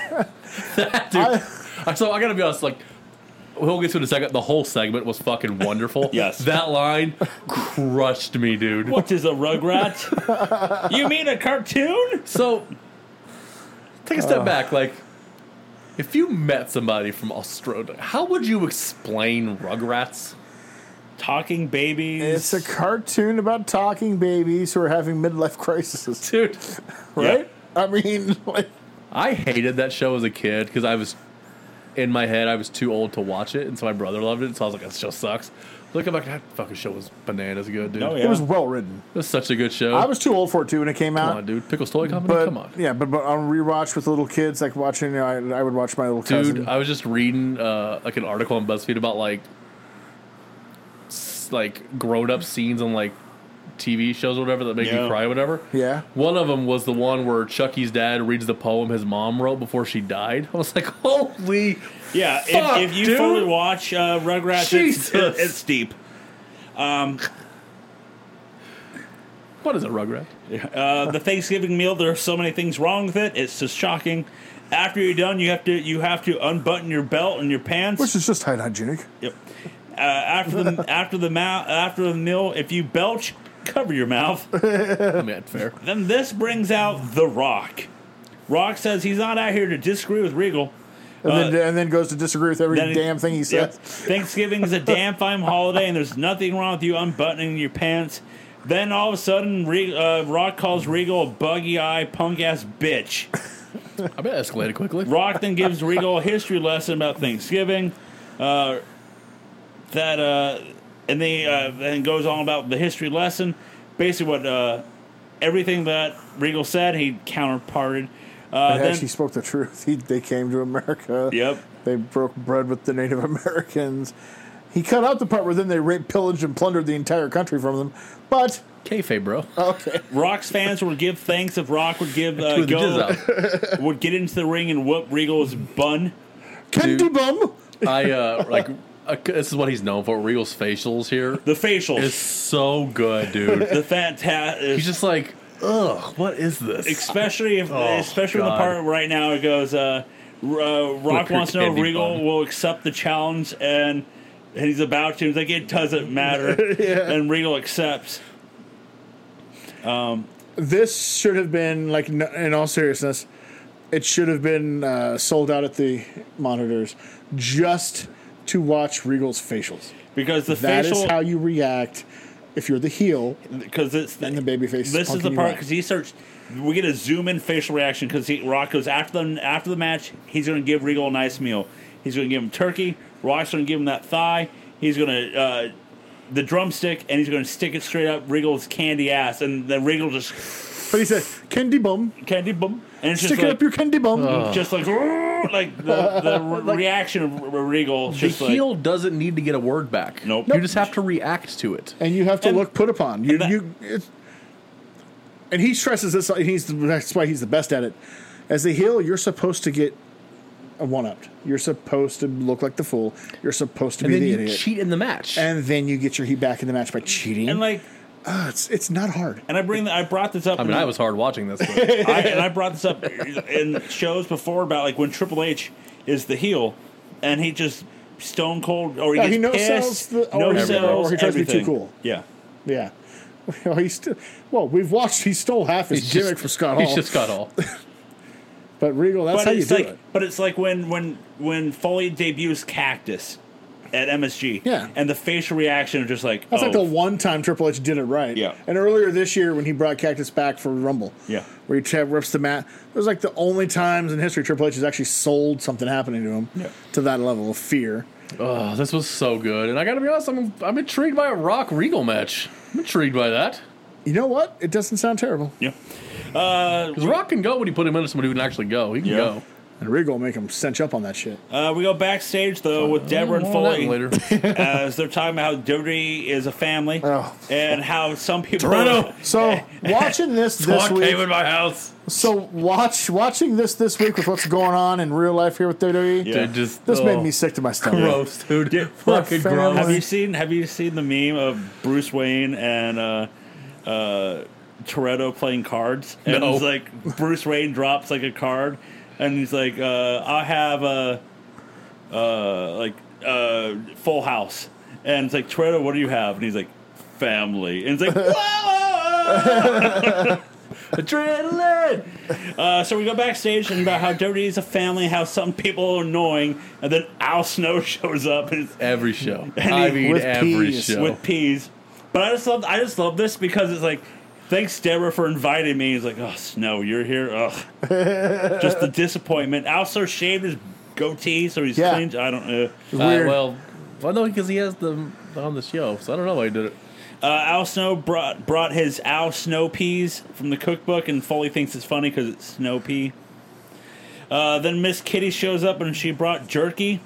Speaker 2: Dude, I, so I got to be honest. Like, we'll get to it in a second. The whole segment was fucking wonderful.
Speaker 1: Yes.
Speaker 2: that line crushed me, dude.
Speaker 1: what is a rugrat? you mean a cartoon?
Speaker 2: So, take a step back. Like, if you met somebody from Australia, how would you explain Rugrats?
Speaker 1: Talking babies.
Speaker 3: It's a cartoon about talking babies who are having midlife crises,
Speaker 2: Dude,
Speaker 3: right? I mean, like,
Speaker 2: I hated that show as a kid because I was in my head I was too old to watch it, and so my brother loved it. So I was like, "This show sucks." Look, I'm like, that fucking show was bananas good, dude.
Speaker 1: Oh,
Speaker 3: it
Speaker 1: yeah.
Speaker 3: was well written.
Speaker 2: It was such a good show.
Speaker 3: I was too old for it too when it came
Speaker 2: Come
Speaker 3: out.
Speaker 2: on, dude. Pickles Toy Company.
Speaker 3: But
Speaker 2: Come on.
Speaker 3: yeah, but, but on rewatch with little kids, like watching, you know, I, I would watch my little
Speaker 2: Dude,
Speaker 3: cousin.
Speaker 2: I was just reading uh, like an article on BuzzFeed about like s- like grown up scenes on like TV shows or whatever that make
Speaker 1: Yeah.
Speaker 2: you cry or whatever.
Speaker 3: Yeah.
Speaker 2: One of them was the one where Chucky's dad reads the poem his mom wrote before she died. I was like, holy
Speaker 1: Yeah,
Speaker 2: Fuck,
Speaker 1: if, if you
Speaker 2: dude.
Speaker 1: fully watch uh, Rugrats, it's,
Speaker 2: Jesus.
Speaker 1: it's deep.
Speaker 2: what is a Rugrat?
Speaker 1: Uh, the Thanksgiving meal, there are so many things wrong with it. It's just shocking. After you're done, you have to you have to unbutton your belt and your pants.
Speaker 3: which is just hygienic.
Speaker 1: Yep. Uh, after the after the mouth after the meal, if you belch, cover your mouth.
Speaker 2: I mean fair.
Speaker 1: then this brings out the Rock. Rock says he's not out here to disagree with Regal.
Speaker 3: And, then, and then goes to disagree with every
Speaker 1: then it-
Speaker 3: damn thing he
Speaker 1: Yep.
Speaker 3: says.
Speaker 1: Thanksgiving is a damn fine holiday, and there's nothing wrong with you unbuttoning your pants. Then all of a sudden, Re- uh, Rock calls Regal a buggy eye punk ass bitch.
Speaker 2: I bet it escalated quickly.
Speaker 1: Rock then gives Regal a history lesson about Thanksgiving. Uh, that uh, and then uh, and goes on about the history lesson. Basically, what uh, everything that Regal said, he counterparted. Uh,
Speaker 3: They
Speaker 1: then,
Speaker 3: actually spoke the truth. He, they came to America.
Speaker 1: Yep.
Speaker 3: They broke bread with the Native Americans. He cut out the part where then they raped, pillaged, and plundered the entire country from them. But
Speaker 2: Kayfabe,
Speaker 3: Oh
Speaker 2: bro.
Speaker 3: okay,
Speaker 1: Rock's fans would give thanks if Rock would give
Speaker 2: Two
Speaker 1: uh,
Speaker 2: of the jizz
Speaker 1: go
Speaker 2: out.
Speaker 1: would get into the ring and whoop Regal's bun.
Speaker 3: can do bum.
Speaker 2: I uh like uh, this is what he's known for. Regal's facials here
Speaker 1: The facial,
Speaker 2: is so good, dude.
Speaker 1: the fantastic.
Speaker 2: He's just like, ugh, what is this?
Speaker 1: especially if,
Speaker 2: Oh,
Speaker 1: especially in the
Speaker 2: God.
Speaker 1: part right now it goes. Uh, R- uh, Rock
Speaker 2: Flip your
Speaker 1: wants to know if
Speaker 2: candy
Speaker 1: Regal
Speaker 2: bun.
Speaker 1: will accept the challenge, and and he's about to. He's like, it doesn't matter, and Regal accepts.
Speaker 3: This should have been like, n- in all seriousness, it should have been uh, sold out at the monitors just to watch Regal's facials.
Speaker 1: Because the
Speaker 3: That is
Speaker 1: facial,
Speaker 3: how you react if you're the heel
Speaker 1: because it's
Speaker 3: and the babyface.
Speaker 1: This is
Speaker 3: punking
Speaker 1: the
Speaker 3: you
Speaker 1: part
Speaker 3: out.
Speaker 1: because he starts. We get a zoom in facial reaction because Rock goes after them after the match. He's going to give Regal a nice meal. He's going to give him turkey. Rock's going to give him that thigh. He's going to uh, the drumstick, and he's going to stick it straight up Regal's candy ass, and then Regal just
Speaker 3: But he said, "Candy bum,
Speaker 1: candy bum, and it's
Speaker 3: stick
Speaker 1: just
Speaker 3: it
Speaker 1: like,
Speaker 3: up your candy bum."
Speaker 1: just like "Rrrr," like the, the reaction of R- R- Regal. is
Speaker 2: The
Speaker 1: Just like,
Speaker 2: heel doesn't need to get a word back.
Speaker 1: Nope.
Speaker 2: You
Speaker 1: Nope.
Speaker 2: just have to react to it.
Speaker 3: and you have to
Speaker 1: And-
Speaker 3: look put upon. You,
Speaker 1: and that-
Speaker 3: you, it's, and he stresses this. and He's that's why he's the best at it. As the heel, you're supposed to get a one up. You're supposed to look like the fool. You're supposed to
Speaker 2: And
Speaker 3: be
Speaker 2: then
Speaker 3: the
Speaker 2: you
Speaker 3: idiot.
Speaker 2: cheat in the match.
Speaker 3: and then you get your heat back in the match by cheating.
Speaker 1: and like,
Speaker 3: Ah, it's it's not hard.
Speaker 1: and I bring the, I brought this up.
Speaker 2: I
Speaker 1: in
Speaker 2: mean,
Speaker 1: the-
Speaker 2: I was hard watching this. But
Speaker 1: I, and I brought this up in shows before about like when Triple H is the heel, and he just stone cold or he
Speaker 3: Yeah,
Speaker 1: gets
Speaker 3: he no-sells
Speaker 1: pissed,
Speaker 3: the- or he-
Speaker 1: no-sells,
Speaker 3: or he tries to be too
Speaker 1: everything.
Speaker 3: cool.
Speaker 1: Yeah,
Speaker 3: Yeah. Well, he still, well, we've watched. He stole half his
Speaker 2: he's
Speaker 3: gimmick
Speaker 2: just-
Speaker 3: from Scott Hall.
Speaker 2: He's just Scott Hall.
Speaker 3: but Regal, that's
Speaker 1: but
Speaker 3: how you
Speaker 1: it's
Speaker 3: do
Speaker 1: like
Speaker 3: it.
Speaker 1: but it's like when when when Foley debuts Cactus at MSG,
Speaker 3: Yeah.
Speaker 1: and the facial reaction are just like
Speaker 3: That's
Speaker 1: oh,
Speaker 3: like the one time Triple H did it right.
Speaker 1: Yeah.
Speaker 3: And earlier this year when he brought Cactus back for Rumble.
Speaker 1: Yeah.
Speaker 3: Where he t- rips the mat. It was like the only times in history Triple H has actually sold something happening to him
Speaker 1: Yeah.
Speaker 3: to that level of fear.
Speaker 2: oh, this was so good. And I got to be honest, I'm, I'm intrigued by a Rock Regal match. I'm intrigued by that.
Speaker 3: You know what? It doesn't sound terrible.
Speaker 1: yeah.
Speaker 2: Because Rock can go when you put him into somebody who can actually go. He can
Speaker 1: Yeah.
Speaker 2: go.
Speaker 3: And Regal make him cinch up on that shit.
Speaker 1: Uh, we go backstage though with Deborah and
Speaker 2: More on that
Speaker 1: Foley
Speaker 2: later.
Speaker 1: as they're talking about how dirty is a family
Speaker 3: Oh.
Speaker 1: and how some people
Speaker 2: Toronto.
Speaker 3: So watching this this
Speaker 2: Fuck
Speaker 3: week.
Speaker 2: came in my house.
Speaker 3: So watch watching this this week with what's going on in real life here with WWE.
Speaker 1: Yeah.
Speaker 2: Dude, just
Speaker 3: This made
Speaker 2: oh,
Speaker 3: me sick to my stomach.
Speaker 2: gross, dude. Fucking
Speaker 3: family.
Speaker 1: Have
Speaker 2: gross.
Speaker 1: you seen Have you seen the meme of Bruce Wayne and uh, uh, Toretto playing cards? And
Speaker 2: No.
Speaker 1: it's like Bruce Wayne drops like a card, and he's like, uh, "I have a uh, like uh, Full House," and it's like Toretto, "What do you have?" And he's like, "Family," and it's like, "Whoa!" Adrenaline. Uh, so we go backstage and about how WWE is a family, how some people are annoying, and then Al Snow shows up and it's
Speaker 2: Every show.
Speaker 1: And
Speaker 2: I
Speaker 1: he-
Speaker 2: mean,
Speaker 3: with
Speaker 2: every
Speaker 3: peas,
Speaker 2: show.
Speaker 1: with peas. But I just love I just love this because it's like, thanks Deborah for inviting me. He's like, oh Snow, you're here. Ugh, just the disappointment. Also shaved his goatee, so he's
Speaker 3: Yeah.
Speaker 1: clean. I don't know.
Speaker 3: It was
Speaker 2: Uh,
Speaker 3: weird.
Speaker 2: well, well, no, because he has them on the show, so I don't know why he did it.
Speaker 1: Uh, Al Snow brought brought his Al Snow peas from the cookbook, and Foley thinks it's funny because it's snow pea. Uh, then Miss Kitty shows up, and she brought jerky.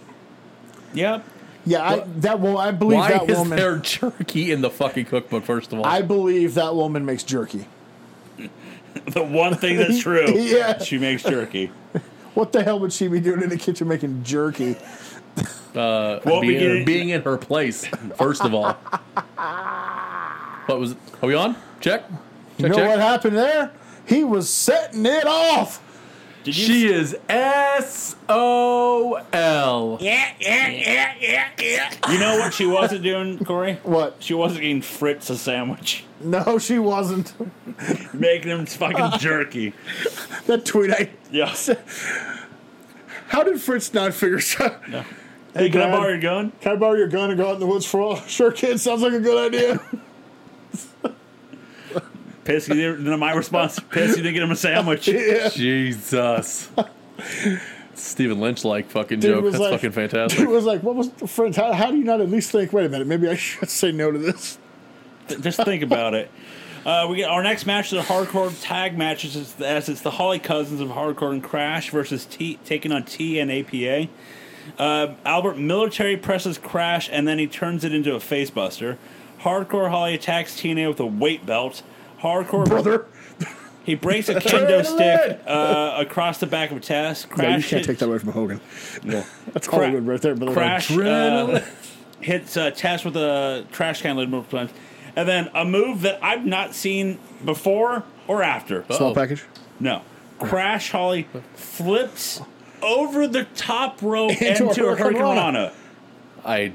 Speaker 1: Yep.
Speaker 3: yeah, I, that well, I believe
Speaker 2: Why
Speaker 3: that
Speaker 2: is
Speaker 3: woman.
Speaker 2: there jerky in the fucking cookbook? First of all,
Speaker 3: I believe that woman makes jerky.
Speaker 1: The one thing that's true.
Speaker 3: Yeah.
Speaker 1: She makes jerky.
Speaker 3: What the hell would she be doing in the kitchen making jerky?
Speaker 2: uh,
Speaker 1: Well, we
Speaker 2: being,
Speaker 1: get it-
Speaker 2: being in her place. First of all, what was? Are we on? Check.
Speaker 3: You
Speaker 2: Check.
Speaker 3: know
Speaker 2: check.
Speaker 3: what happened there? He was setting it off.
Speaker 1: Did you
Speaker 2: She is S O L.
Speaker 1: Yeah, yeah, yeah, yeah, yeah. You know what she wasn't doing, Corey?
Speaker 3: What?
Speaker 1: She wasn't getting Fritz a sandwich,
Speaker 3: No, she wasn't.
Speaker 1: making him fucking jerky.
Speaker 3: That tweet I.
Speaker 1: Yeah.
Speaker 3: How did Fritz not figure out?
Speaker 1: Hey, can I
Speaker 3: Dad.
Speaker 1: borrow your gun?
Speaker 3: Can I borrow your gun and go out in the woods for all? Sure, kid. Sounds like a good idea.
Speaker 1: Piss, you didn't, then my response, piss, you didn't get him a sandwich.
Speaker 3: yeah.
Speaker 2: Jesus. Stephen Lynch like fucking
Speaker 3: Dude
Speaker 2: joke.
Speaker 3: was
Speaker 2: That's
Speaker 3: like-
Speaker 2: fucking fantastic.
Speaker 3: Dude was like, "What was the friend? How, how do you not at least think? Wait a minute, maybe I should say no to this."
Speaker 1: Th- Just think about it. Uh, we get our next match is a hardcore tag match as it's, as it's the Holly Cousins of Hardcore and Crash versus T taking on T and APA. Uh, Albert military presses Crash and then he turns it into a facebuster. Hardcore Holly attacks TNA with a weight belt. Hardcore
Speaker 3: Brother,
Speaker 1: He breaks a kendo
Speaker 3: Turn
Speaker 1: stick uh, across the back of Tess. Crash
Speaker 3: no, you can't
Speaker 1: hit-
Speaker 3: take that away from Hogan.
Speaker 1: No.
Speaker 3: That's Hollywood right there, brother.
Speaker 1: Crash uh,
Speaker 2: Adrenaline.
Speaker 1: hits uh, Tess with a trash can lid multiple times, and then a move that I've not seen before or after.
Speaker 3: Small
Speaker 2: Uh-oh.
Speaker 3: package.
Speaker 1: No, Crash Holly flips over the top rope
Speaker 3: Into
Speaker 1: into,
Speaker 3: a
Speaker 1: a Hurricane
Speaker 3: Hurricane
Speaker 1: Rana.
Speaker 2: I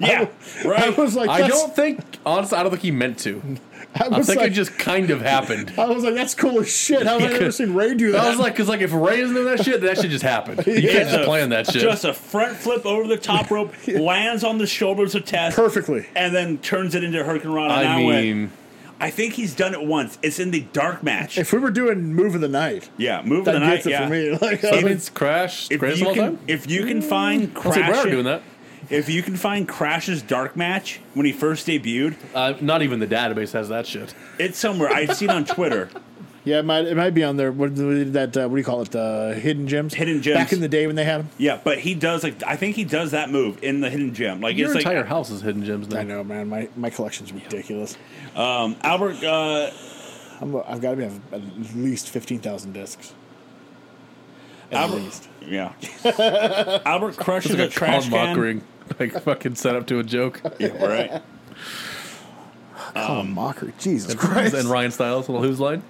Speaker 1: Yeah, right.
Speaker 3: I was like,
Speaker 2: I
Speaker 3: that's-
Speaker 2: don't think honestly I don't think he meant to.
Speaker 3: I
Speaker 2: I
Speaker 3: was
Speaker 2: think
Speaker 3: like,
Speaker 2: it just kind of happened.
Speaker 3: I was like, that's cool as shit. How have I never seen Ray do that?
Speaker 2: I was like, because like if Ray isn't in that shit, that shit just happened. You can't
Speaker 1: Yeah.
Speaker 2: just plan that shit.
Speaker 1: Just a front flip over the top rope, lands on the shoulders of Tess,
Speaker 3: perfectly.
Speaker 1: and then turns it into a Hurricane Rana. and
Speaker 2: I
Speaker 1: I went,
Speaker 2: mean,
Speaker 1: I think he's done it once. It's in the dark match.
Speaker 3: If we were doing move of the night,
Speaker 1: yeah, move
Speaker 3: that
Speaker 1: the night.
Speaker 3: gets it
Speaker 1: Yeah.
Speaker 3: for me. Like, I
Speaker 2: that
Speaker 3: was like,
Speaker 2: means Crash
Speaker 1: If
Speaker 2: greatest of
Speaker 1: you
Speaker 2: all
Speaker 1: can,
Speaker 2: time.
Speaker 1: if you can find
Speaker 2: I'd say
Speaker 1: Crash,
Speaker 2: Brad doing that.
Speaker 1: if you can find Crash's dark match when he first debuted,
Speaker 2: Uh, not even the database has that shit.
Speaker 1: it's somewhere I've seen on Twitter.
Speaker 3: yeah, it might it might be on there. What, that uh, what do you call it? Uh, hidden gems.
Speaker 1: Hidden gems.
Speaker 3: Back in the day when they had them.
Speaker 1: Yeah, but he does like I think he does that move in the hidden gem. Like
Speaker 2: Your
Speaker 1: it's
Speaker 2: entire
Speaker 1: like
Speaker 2: house is hidden gems
Speaker 3: I
Speaker 2: now.
Speaker 3: know, man. My my collection's ridiculous.
Speaker 1: um, Albert. Uh,
Speaker 3: I'm, I've got to have at least fifteen thousand discs. At
Speaker 1: Albert,
Speaker 3: least.
Speaker 1: yeah. Albert crushes
Speaker 2: It's
Speaker 1: a
Speaker 2: like a
Speaker 1: trash
Speaker 2: con
Speaker 1: can.
Speaker 2: mockering, like fucking set up to a joke.
Speaker 1: Yeah, right. um,
Speaker 3: Oh, mockery. Jesus Christ.
Speaker 2: and Ryan Styles little who's line.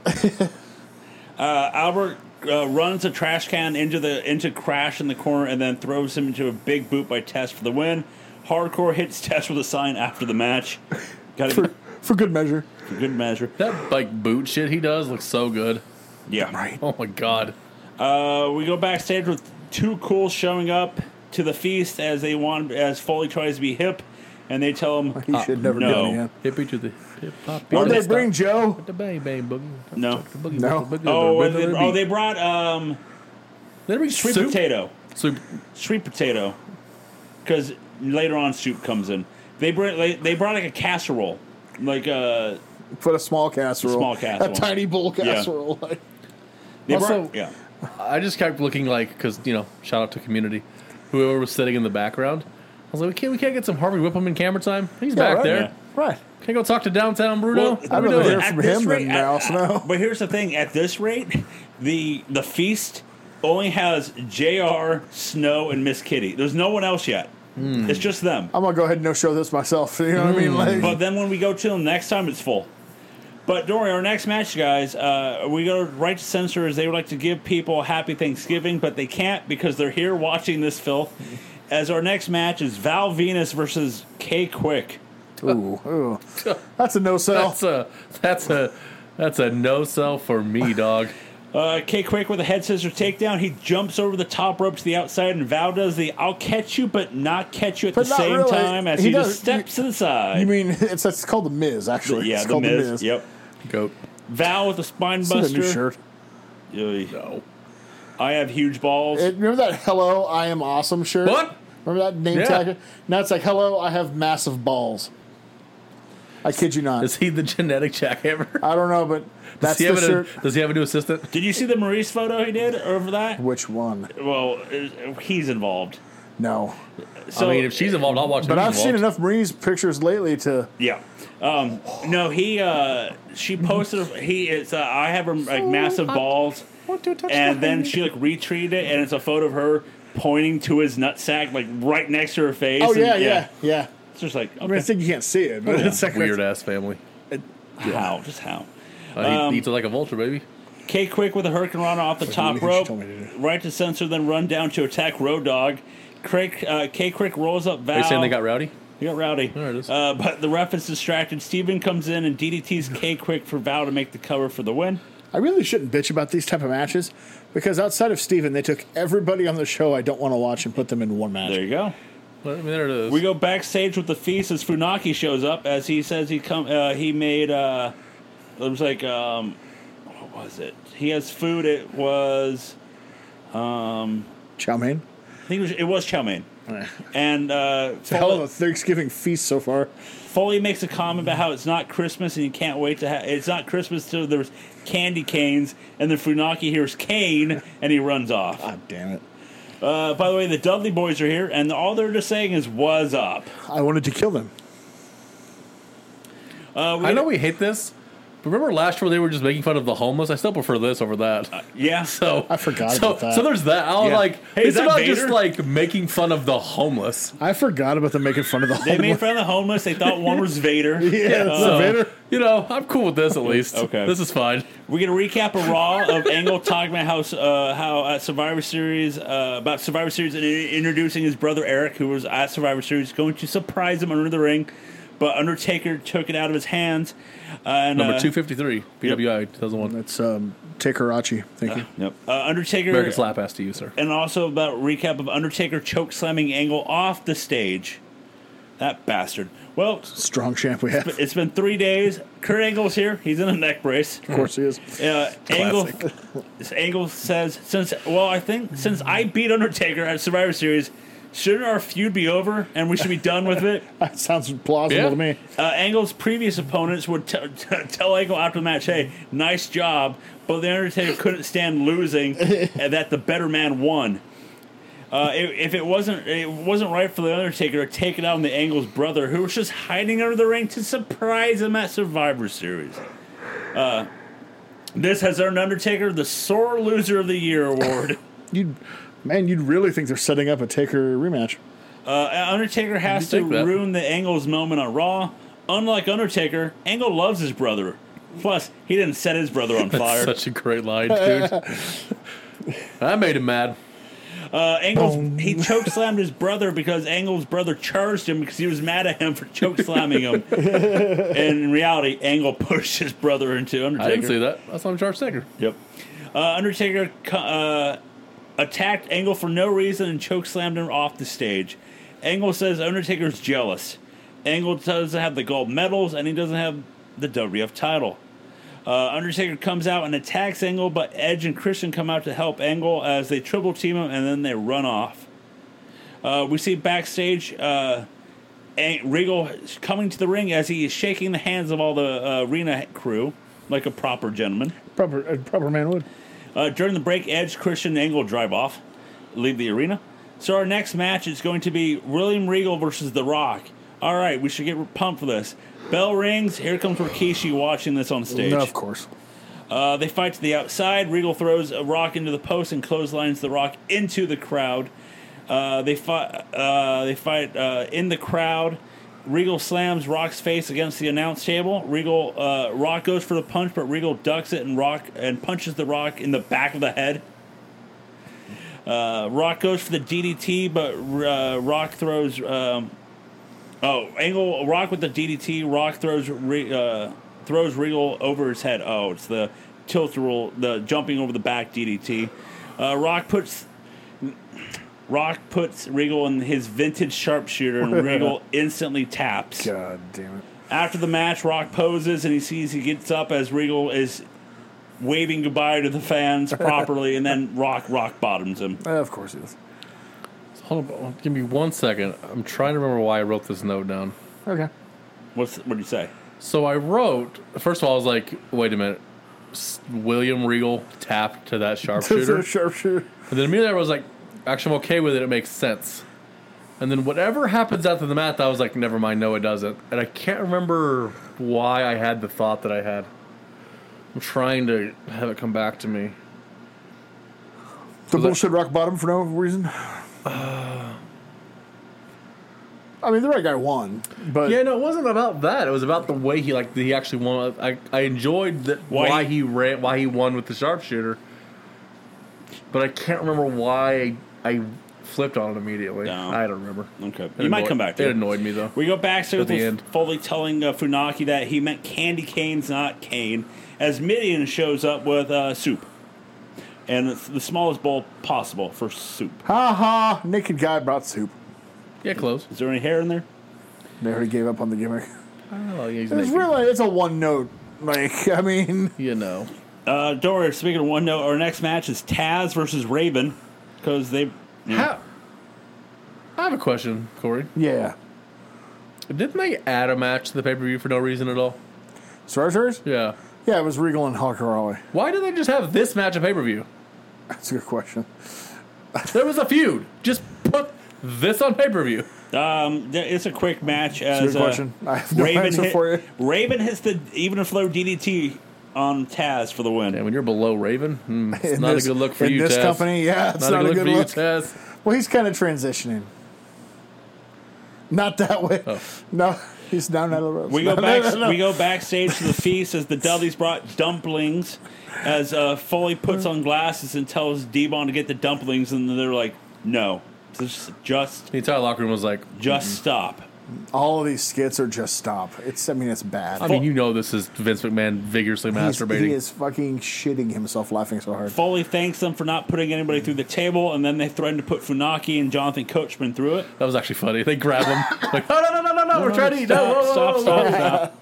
Speaker 1: Uh, Albert uh, runs a trash can into the into Crash in the corner and then throws him into a big boot by Test for the win. Hardcore hits Test with a sign after the match. Got
Speaker 3: for,
Speaker 1: it
Speaker 3: for good measure.
Speaker 1: for good measure.
Speaker 2: That like boot shit he does looks so good.
Speaker 1: Yeah.
Speaker 2: Oh my god.
Speaker 1: Uh, we go backstage with two cool showing up to the feast as they want as Foley tries to be hip, and they tell him
Speaker 3: He should never
Speaker 1: Uh, no.
Speaker 3: do it again.
Speaker 2: Hippie to the hip hop.
Speaker 3: Did they bring Joe?
Speaker 2: the bang bang boogie?
Speaker 1: No.
Speaker 2: The boogie,
Speaker 3: No.
Speaker 2: boogie, boogie,
Speaker 1: Oh,
Speaker 2: boogie,
Speaker 1: and they,
Speaker 2: boogie,
Speaker 1: oh,
Speaker 2: boogie.
Speaker 1: they brought um,
Speaker 2: They bring
Speaker 1: sweet
Speaker 2: soup.
Speaker 1: potato,
Speaker 2: Soup.
Speaker 1: sweet potato, because later on soup comes in. They bring they, they brought like a casserole, like uh,
Speaker 3: Put a small casserole.
Speaker 1: Small casserole.
Speaker 3: A tiny bowl casserole. Like,
Speaker 1: they
Speaker 2: Also-
Speaker 1: brought yeah.
Speaker 2: I just kept looking like because you know, shout out to community, whoever was sitting in the background. I was like, we can't, we can't get some Harvey Whippleman camera time. He's
Speaker 3: Yeah,
Speaker 2: back
Speaker 3: right,
Speaker 2: there.
Speaker 1: yeah.
Speaker 3: Right.
Speaker 2: Can't go talk to downtown Bruno.
Speaker 1: Well,
Speaker 2: What
Speaker 3: I'd
Speaker 2: we
Speaker 3: rather
Speaker 2: doing?
Speaker 3: hear
Speaker 1: At
Speaker 3: from
Speaker 1: this
Speaker 3: him
Speaker 1: rate-
Speaker 3: than Mouse
Speaker 2: Oh.
Speaker 3: now.
Speaker 1: But here's the thing: at this rate, the the feast only has Jr. Snow and Miss Kitty. There's no one else yet.
Speaker 2: Hmm.
Speaker 1: It's just them.
Speaker 3: I'm gonna go ahead and no show this myself. You know what I mean? Like,
Speaker 1: But then when we go to them next time, it's full. But don't worry, our next match, guys, uh, we go right to censors. They would like to give people a happy Thanksgiving, but they can't because they're here watching this filth. As our next match is Val Venus versus K Quick.
Speaker 3: ooh, ooh. That's a no sell.
Speaker 2: That's a that's a that's a no sell for me, dog.
Speaker 1: Uh, K Quick with a head scissors takedown. He jumps over the top rope to the outside, and Val does the I'll catch you, but not catch you at
Speaker 3: But
Speaker 1: the
Speaker 3: not
Speaker 1: same
Speaker 3: really.
Speaker 1: time as he,
Speaker 3: He
Speaker 1: just
Speaker 3: does-
Speaker 1: steps to the side.
Speaker 3: You mean it's, it's called the Miz? Actually,
Speaker 1: yeah,
Speaker 3: it's
Speaker 1: the
Speaker 3: called
Speaker 1: Miz.
Speaker 3: the Miz.
Speaker 1: Yep.
Speaker 2: Goat.
Speaker 1: Val with a spine
Speaker 3: See the new
Speaker 1: buster.
Speaker 3: shirt.
Speaker 1: Yoy.
Speaker 2: No.
Speaker 1: I have huge balls.
Speaker 3: It- remember that "Hello, I am awesome" shirt?
Speaker 2: What?
Speaker 3: Remember that name
Speaker 2: Yeah.
Speaker 3: tag? Now it's like "Hello, I have massive balls." I kid you not.
Speaker 2: Is he the genetic jackhammer?
Speaker 3: I don't know, but
Speaker 2: Does
Speaker 3: that's
Speaker 2: he,
Speaker 3: the
Speaker 2: have
Speaker 3: shirt.
Speaker 2: an, does he have a new assistant?
Speaker 1: Did you see the Maurice photo he did over that?
Speaker 3: Which one?
Speaker 1: Well, uh, he's involved.
Speaker 3: No,
Speaker 1: So,
Speaker 2: I mean, if she's involved, I'll watch.
Speaker 3: but
Speaker 2: who's
Speaker 3: I've seen
Speaker 2: involved.
Speaker 3: enough Marie's pictures lately to.
Speaker 1: yeah, um, no, he uh, she posted he it's uh, I have her like massive balls, and then she like retweeted it, and it's a photo of her pointing to his nutsack like right next to her face.
Speaker 3: Oh
Speaker 1: and,
Speaker 3: yeah, yeah, yeah.
Speaker 1: It's just like
Speaker 3: I mean, I
Speaker 1: okay,
Speaker 3: think you can't see it, but it's like
Speaker 2: weird ass family.
Speaker 1: how just how.
Speaker 2: Uh, he
Speaker 1: Um,
Speaker 2: eats it like a vulture, baby.
Speaker 1: K Quick with a Hurricane Rana off the top
Speaker 3: she
Speaker 1: rope.
Speaker 3: told me to do.
Speaker 1: Right to censor, then run down to attack Road Dog. Craig, uh, K Quick rolls up Val.
Speaker 2: Are you saying they got rowdy?
Speaker 1: You got rowdy.
Speaker 2: There it is.
Speaker 1: Uh, but the ref is distracted. Steven comes in and DDT's K quick for Val to make the cover for the win.
Speaker 3: I really shouldn't bitch about these type of matches because outside of Steven, they took everybody on the show I don't want to watch and put them in one match.
Speaker 1: There you go.
Speaker 2: Well, I mean, there it is.
Speaker 1: We go backstage with the feast as Funaki shows up as he says he come uh, he made uh it was like um what was it? He has food. It was
Speaker 3: Chow mein.
Speaker 1: I think it was, it was chow mein. And uh,
Speaker 3: It's a hell of
Speaker 1: Foley,
Speaker 3: a Thanksgiving feast so far.
Speaker 1: Foley makes a comment about how it's not Christmas and you can't wait to have it's not Christmas till there's candy canes and then Funaki hears cane and he runs off.
Speaker 3: God damn it.
Speaker 1: Uh, by the way, the Dudley boys are here, and all they're just saying is "was up."
Speaker 3: I wanted to kill them.
Speaker 1: Uh, we
Speaker 2: I know we hate this. But remember last year when they were just making fun of the homeless? I still prefer this over that.
Speaker 1: yeah.
Speaker 2: So
Speaker 3: I forgot
Speaker 2: So,
Speaker 3: about that.
Speaker 2: so there's that. I was
Speaker 1: Yeah.
Speaker 2: like,
Speaker 1: Hey, is
Speaker 2: it's
Speaker 1: that
Speaker 2: about
Speaker 1: Vader?
Speaker 2: just like making fun of the homeless.
Speaker 3: I forgot about them making fun of the
Speaker 1: they made
Speaker 3: homeless.
Speaker 1: fun of the homeless. They thought one was Vader.
Speaker 3: Yeah, it's
Speaker 2: So,
Speaker 3: a Vader.
Speaker 2: You know, I'm cool with this at least.
Speaker 1: Okay.
Speaker 2: this is fine.
Speaker 1: We're gonna recap a Raw of Angle talking about how uh, how at Survivor Series uh, about Survivor Series and in- introducing his brother Eric, who was at Survivor Series, going to surprise him under the ring, but Undertaker took it out of his hands. Uh, and,
Speaker 2: Number
Speaker 1: uh,
Speaker 2: 253, PWI 2001.
Speaker 3: It's um, Takarachi. Thank
Speaker 2: Ah.
Speaker 3: you.
Speaker 1: Yep. Uh, Undertaker.
Speaker 2: American slap ass to you, sir.
Speaker 1: and also about recap of Undertaker choke slamming Angle off the stage. That bastard. Well,
Speaker 3: Strong champ we have. Of
Speaker 1: It's been three days. Kurt Angle's here. He's in a neck brace.
Speaker 3: course he is.
Speaker 1: Uh, Angle, Angle says, since well, I think since I beat Undertaker at Survivor Series, shouldn't our feud be over and we should be done with it?
Speaker 3: That sounds plausible
Speaker 2: Yeah.
Speaker 3: to me.
Speaker 1: Uh, Angle's previous opponents would t- t- tell Angle after the match, "Hey, nice job," but the Undertaker couldn't stand losing, and that the better man won. Uh, if, if it wasn't it wasn't right for the Undertaker to take it out on the Angle's brother, who was just hiding under the ring to surprise him at Survivor Series. Uh, this has earned Undertaker the sore loser of the year award.
Speaker 3: You'd, man, you'd really think they're setting up a Taker rematch.
Speaker 1: Uh, Undertaker has to
Speaker 2: You think that?
Speaker 1: ruin the Angle's moment on Raw. Unlike Undertaker, Angle loves his brother. Plus, he didn't set his brother on fire.
Speaker 2: Such a great line, dude. I made him mad.
Speaker 1: Uh, Angle's, he choke slammed his brother because Angle's brother charged him because he was mad at him for choke slamming him. and in reality, Angle pushed his brother into Undertaker.
Speaker 2: I didn't see that. That's on Charles Taker.
Speaker 1: Yep. Uh, Undertaker co- uh, attacked Angle for no reason and chokeslammed him off the stage. Angle says Undertaker's jealous. Angle doesn't have the gold medals and he doesn't have the WF title. Uh, Undertaker comes out and attacks Angle, but Edge and Christian come out to help Angle as they triple team him and then they run off. Uh, we see backstage uh, Ang- Regal coming to the ring as he is shaking the hands of all the uh, arena crew like a proper gentleman.
Speaker 3: Proper, a proper man would.
Speaker 1: Uh, during the break, Edge, Christian, and Angle drive off, leave the arena. So our next match is going to be William Regal versus The Rock. All right, we should get pumped for this. Bell rings. Here comes Rikishi watching this on stage.
Speaker 3: No, of course.
Speaker 1: Uh, they fight to the outside. Regal throws a rock into the post and clotheslines the rock into the crowd. Uh, they fight. Uh, they fight uh, in the crowd. Regal slams Rock's face against the announce table. Regal uh, Rock goes for the punch, but Regal ducks it and Rock and punches the Rock in the back of the head. Uh, Rock goes for the DDT, but uh, Rock throws. Um, oh, Angle Rock with the DDT. Rock throws Re- uh, throws Regal over his head. Oh, it's the tilt roll, the jumping over the back DDT. Uh, Rock puts Rock puts Regal in his vintage sharpshooter, and Regal instantly taps.
Speaker 3: God damn it.
Speaker 1: After the match, Rock poses and he sees he gets up as Regal is waving goodbye to the fans properly, and then Rock rock bottoms him.
Speaker 3: Uh, of course it is.
Speaker 2: Hold on, give me one second. I'm trying to remember why I wrote this note down.
Speaker 3: Okay.
Speaker 1: What's what do you say?
Speaker 2: So I wrote. First of all, I was like, "Wait a minute." S- William Regal tapped to that sharpshooter.
Speaker 3: Shooter. Sharpshooter.
Speaker 2: And then immediately I was like, actually, I'm okay with it. It makes sense. And then whatever happens after the math, I was like, never mind. No, it doesn't. And I can't remember why I had the thought that I had. I'm trying to have it come back to me.
Speaker 3: The
Speaker 2: Was that- Uh.
Speaker 3: bullshit rock bottom for no reason. I mean, the right guy won, but
Speaker 2: Yeah, no, it wasn't about that. It was about the way he like he actually won. I I enjoyed that
Speaker 1: Why
Speaker 2: why,
Speaker 1: he-
Speaker 2: he, ran why he won with the sharpshooter, but I can't remember why I flipped on it immediately.
Speaker 1: No.
Speaker 2: I don't remember.
Speaker 1: Okay,
Speaker 2: It
Speaker 1: you might
Speaker 2: annoyed-
Speaker 1: come back to
Speaker 2: It
Speaker 1: it.
Speaker 2: annoyed me though.
Speaker 1: We go backstage
Speaker 2: At the
Speaker 1: with
Speaker 2: end.
Speaker 1: Foley telling uh, Funaki that he meant candy canes, not cane, as Midian shows up with uh, soup. And it's the smallest bowl possible for soup.
Speaker 3: ha ha, naked guy brought soup.
Speaker 2: Yeah, close.
Speaker 1: Is there any hair in there?
Speaker 3: They already gave up on the gimmick.
Speaker 2: Oh, yeah, he's
Speaker 3: It's
Speaker 2: naked.
Speaker 3: really it's a one note. Like I mean,
Speaker 2: You know,
Speaker 1: Uh, don't worry, speaking of one note, our next match is Taz versus Raven. Because they.
Speaker 2: how? I have a question, Corey.
Speaker 3: yeah.
Speaker 2: Didn't they add a match to the pay per view for no reason at all?
Speaker 3: Starters?
Speaker 2: Yeah.
Speaker 3: Yeah, it was Regal and Hawk Harley.
Speaker 2: Why did they just have this match at pay per view?
Speaker 3: That's a good question.
Speaker 2: There was a feud. Just put this on pay per view.
Speaker 1: Um, there- it's a quick match. As,
Speaker 3: That's a good
Speaker 1: uh,
Speaker 3: question. I have no answer
Speaker 1: hit-
Speaker 3: for you.
Speaker 1: Raven hits the even a flow DDT on Taz for the win.
Speaker 2: And when you're below Raven, hmm, it's not
Speaker 3: this,
Speaker 2: a good look for
Speaker 3: in
Speaker 2: you,
Speaker 3: this
Speaker 2: Taz.
Speaker 3: company, yeah, it's not, a good, look.
Speaker 2: for you, Taz.
Speaker 3: Well, he's kind of transitioning. Not that way. No, he's down out of the road.
Speaker 1: We go
Speaker 3: No,
Speaker 1: back.
Speaker 3: no, no, no.
Speaker 1: We go backstage to the feast as the Dudleys brought dumplings. As uh, Foley puts on glasses and tells Devon to get the dumplings, and they're like, "No, just just,
Speaker 2: The entire locker room was like,
Speaker 1: just stop."
Speaker 3: All of these skits are just stop. It's. I mean, it's bad.
Speaker 2: I mean, you know, this is Vince McMahon vigorously
Speaker 3: He's-
Speaker 2: masturbating.
Speaker 3: He is fucking shitting himself laughing so hard.
Speaker 1: Foley thanks them for not putting anybody through the table, and then they threaten to put Funaki and Jonathan Coachman through it.
Speaker 2: That was actually funny. They grab him, like, no, no, no, no, no, no, we're trying to eat. No, whoa, whoa,
Speaker 1: Stop!
Speaker 2: whoa,
Speaker 1: Stop!
Speaker 2: whoa."
Speaker 1: Stop!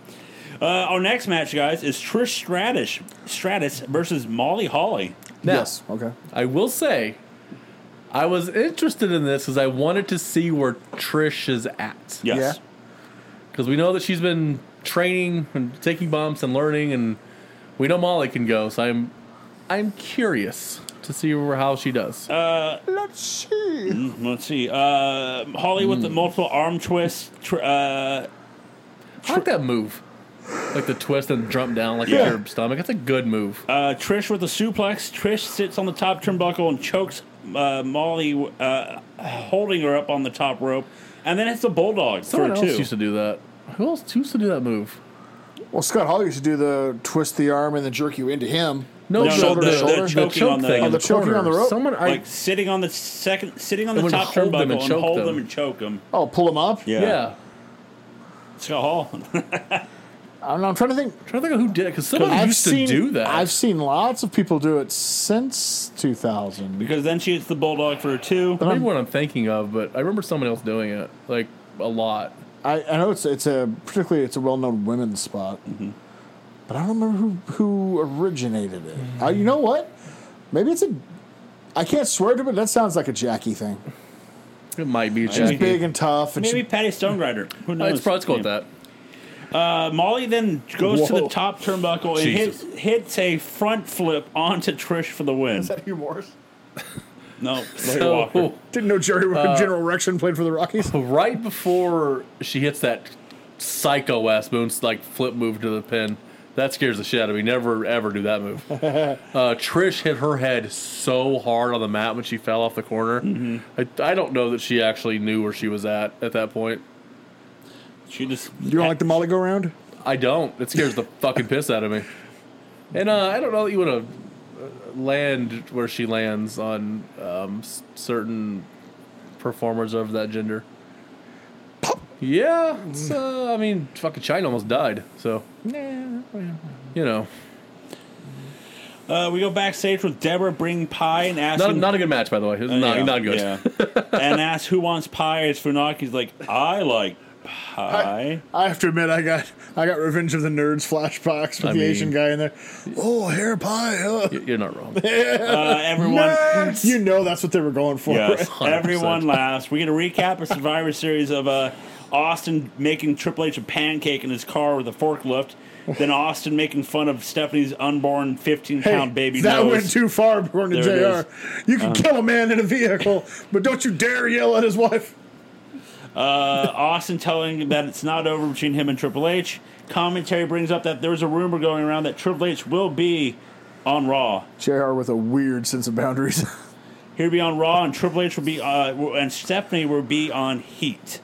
Speaker 1: Uh, our next match, guys, is Trish Stratus Stratus versus Molly Holly.
Speaker 2: Now,
Speaker 3: Yes. Okay.
Speaker 2: I will say, I was interested in this because I wanted to see where Trish is at.
Speaker 1: Yes.
Speaker 3: Yeah.
Speaker 2: Because we know that she's been training and taking bumps and learning, and we know Molly can go. So I'm, I'm curious to see where, how she does.
Speaker 3: Let's see.
Speaker 1: Let's see. Uh, Holly with the multiple arm twists. Tr- uh,
Speaker 2: I like that move, like the twist and jump down like
Speaker 1: Yeah.
Speaker 2: your stomach. That's a good move.
Speaker 1: Uh, Trish with a suplex. Trish sits on the top turnbuckle and chokes uh, Molly, uh, holding her up on the top rope. And then it's the bulldog
Speaker 2: Someone
Speaker 1: for
Speaker 2: else
Speaker 1: two.
Speaker 2: used to do that. Who else used to do that move?
Speaker 3: Well, Scott Hall used to do the twist the arm and then jerk you into him.
Speaker 2: No,
Speaker 1: No,
Speaker 2: the,
Speaker 3: no, the-
Speaker 2: the,
Speaker 3: the
Speaker 2: the
Speaker 1: choking
Speaker 2: choke
Speaker 1: on the-
Speaker 2: thing.
Speaker 1: Oh,
Speaker 2: in
Speaker 3: the choking on the
Speaker 2: corner.
Speaker 3: rope?
Speaker 2: Someone, I,
Speaker 1: like sitting on the second, sitting on the
Speaker 2: And when
Speaker 1: top
Speaker 2: hold them and
Speaker 1: turnbuckle and,
Speaker 2: choke
Speaker 1: hold them.
Speaker 2: them.
Speaker 1: and choke them.
Speaker 3: Oh, pull him up.
Speaker 2: yeah.
Speaker 1: Scott Hall.
Speaker 3: I don't know, I'm trying to think.
Speaker 2: trying to think of who did it because someone
Speaker 3: I've
Speaker 2: used
Speaker 3: seen,
Speaker 2: to do that.
Speaker 3: I've seen lots of people do it since 2000.
Speaker 1: because then she hits the bulldog for a two.
Speaker 2: Maybe what I'm thinking of, but I remember someone else doing it like a lot.
Speaker 3: I, I know it's it's a particularly it's a well known women's spot,
Speaker 2: Mm-hmm.
Speaker 3: but I don't remember who who originated it. Uh, you know what? Maybe it's a. I can't swear to, it, but that sounds like a Jackie thing.
Speaker 2: It might be
Speaker 3: She's
Speaker 2: Jackie.
Speaker 3: big and tough, and
Speaker 1: Maybe
Speaker 3: she,
Speaker 1: Patty Stone Grinder. Who
Speaker 2: Uh,
Speaker 1: knows?
Speaker 2: it's probably called that.
Speaker 1: Uh, Molly then goes to
Speaker 3: Whoa.
Speaker 1: the top turnbuckle and hits,
Speaker 2: Jesus.
Speaker 1: hits a front flip onto Trish for the win.
Speaker 3: Is that Hugh Morris?
Speaker 1: no, Larry Walker.
Speaker 2: So,
Speaker 3: Didn't know Jerry
Speaker 2: Uh,
Speaker 3: General Rection played for the Rockies.
Speaker 2: right before she hits that psycho ass moon like flip move to the pin, that scares the shit out of me. Never ever do that move. uh, Trish hit her head so hard on the mat when she fell off the corner. I, I don't know that she actually knew where she was at at that point.
Speaker 1: She just
Speaker 3: You don't like the Molly go round?
Speaker 2: I don't. It scares the fucking piss out of me. And uh, I don't know that you would have land where she lands on um, s- certain performers of that gender. Yeah, it's, uh, I mean, fucking China almost died, so you know,
Speaker 1: Uh, we go backstage with Deborah bring pie and ask
Speaker 2: not
Speaker 1: him-
Speaker 2: not a good match by the way. It's not
Speaker 1: Uh, Yeah,
Speaker 2: not good.
Speaker 1: yeah. and asks who wants pie. It's Funaki's like I like pie.
Speaker 3: I have to admit, I got I got Revenge of the Nerds flashbacks with
Speaker 2: I
Speaker 3: the
Speaker 2: mean-
Speaker 3: Asian guy in there. Oh, hair pie. huh?
Speaker 2: Y- You're not wrong.
Speaker 1: Uh, everyone.
Speaker 3: You know that's what they were going for.
Speaker 1: Yes,
Speaker 3: right?
Speaker 2: 100%.
Speaker 1: everyone laughs. We get a recap of Survivor Series of uh, Austin making Triple H a pancake in his car with a forklift, then Austin making fun of Stephanie's unborn 15
Speaker 3: Hey,
Speaker 1: pound baby
Speaker 3: that
Speaker 1: nose.
Speaker 3: went too far, according
Speaker 1: There
Speaker 3: to
Speaker 1: it Uh.
Speaker 3: Jr. You can kill a man in a vehicle, but don't you dare yell at his wife.
Speaker 1: Uh, Austin telling that it's not over between him and Triple H. Commentary brings up that there's a rumor going around that Triple H will be on Raw.
Speaker 3: Jr. with a weird sense of boundaries.
Speaker 1: He'll be on Raw, and Triple H will be, uh, and Stephanie will be on Heat.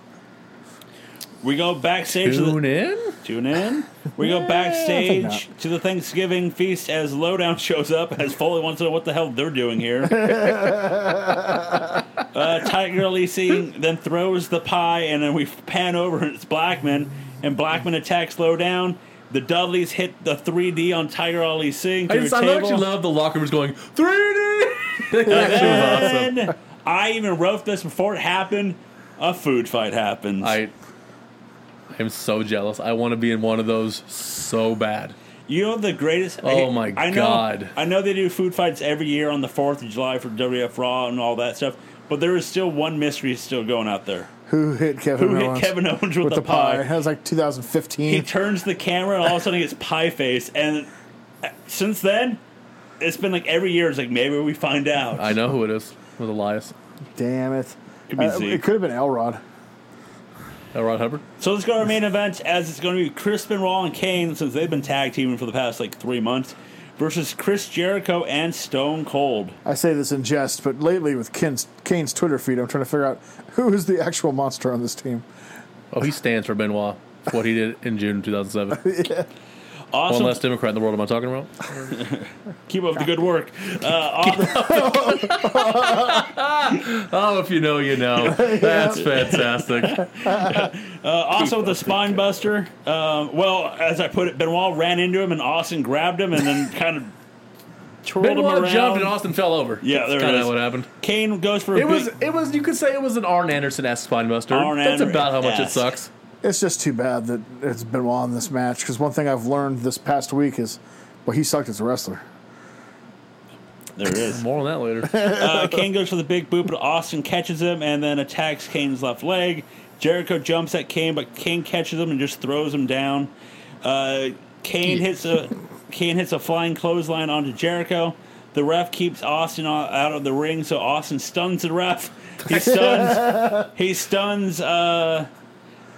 Speaker 1: We go backstage. to the-
Speaker 2: Tune in.
Speaker 1: Tune in. We go
Speaker 3: I
Speaker 1: backstage
Speaker 3: think
Speaker 1: to the Thanksgiving feast as Lowdown shows up as Foley wants to know what the hell they're doing here. uh, Tiger Lee Singh then throws the pie, and then we pan over, and it's Blackman, and Blackman attacks Lowdown. The Dudleys hit the 3D on Tiger Ali Singh
Speaker 2: I,
Speaker 1: through
Speaker 2: just,
Speaker 1: a
Speaker 2: I
Speaker 1: table.
Speaker 2: actually love the locker rooms going 3D. that actually was awesome.
Speaker 1: and I even wrote this before it happened. A food fight happens.
Speaker 2: I I'm so jealous. I want to be in one of those so bad.
Speaker 1: You know the greatest.
Speaker 2: Oh my
Speaker 1: know,
Speaker 2: God.
Speaker 1: I know they do food fights every year on the Fourth of July for WWF Raw and all that stuff, but there is still one mystery still going out there.
Speaker 3: Who hit Kevin?
Speaker 1: Who
Speaker 3: Owens
Speaker 1: hit Kevin Owens with,
Speaker 3: with
Speaker 1: the, pie?
Speaker 3: That was like 2015.
Speaker 1: He turns the camera and all of a sudden he gets pie face, and uh, since then, it's been like every year. It's like maybe we find out.
Speaker 2: I know who it is with Elias.
Speaker 3: Damn it!
Speaker 1: Could be
Speaker 3: Uh,
Speaker 1: Zeke.
Speaker 3: it could have been Elrod.
Speaker 2: Elrod Uh, Hubbard.
Speaker 1: So let's go to our main event as it's going to be Crispin Raw and Kane since they've been tag teaming for the past like three months versus Chris Jericho and Stone Cold.
Speaker 3: I say this in jest, but lately with Ken's, Kane's Twitter feed, I'm trying to figure out who is the actual monster on this team.
Speaker 2: Oh, he stands for Benoit. It's what he did in June 2007. One
Speaker 1: Awesome
Speaker 2: less Democrat in the world. Am I talking about?
Speaker 1: Keep up the good work. Uh, aw-
Speaker 2: Oh, if you know, you know. That's fantastic.
Speaker 1: uh, also, the spine buster. Um, well, as I put it, Benoit ran into him and Austin grabbed him and then kind of twirled him
Speaker 2: Benoit
Speaker 1: around.
Speaker 2: jumped and Austin fell over.
Speaker 1: Yeah, there it
Speaker 2: kind
Speaker 1: is.
Speaker 2: of what happened.
Speaker 1: Kane goes for a
Speaker 2: It was.
Speaker 1: big.
Speaker 2: It was. You could say it was an Arn Anderson esque spine buster.
Speaker 1: Arn
Speaker 2: That's about how much it
Speaker 1: Anderson-esque.
Speaker 2: sucks.
Speaker 3: It's just too bad that it's Benoit in this match because one thing I've learned this past week is, well, he sucked as a wrestler.
Speaker 1: There it is.
Speaker 2: More on that later.
Speaker 1: Uh, Kane goes for the big boot, but Austin catches him and then attacks Kane's left leg. Jericho jumps at Kane, but Kane catches him and just throws him down. Uh, Kane hits a Kane hits a flying clothesline onto Jericho. The ref keeps Austin o- out of the ring, so Austin stuns the ref. He stuns. he stuns. Uh,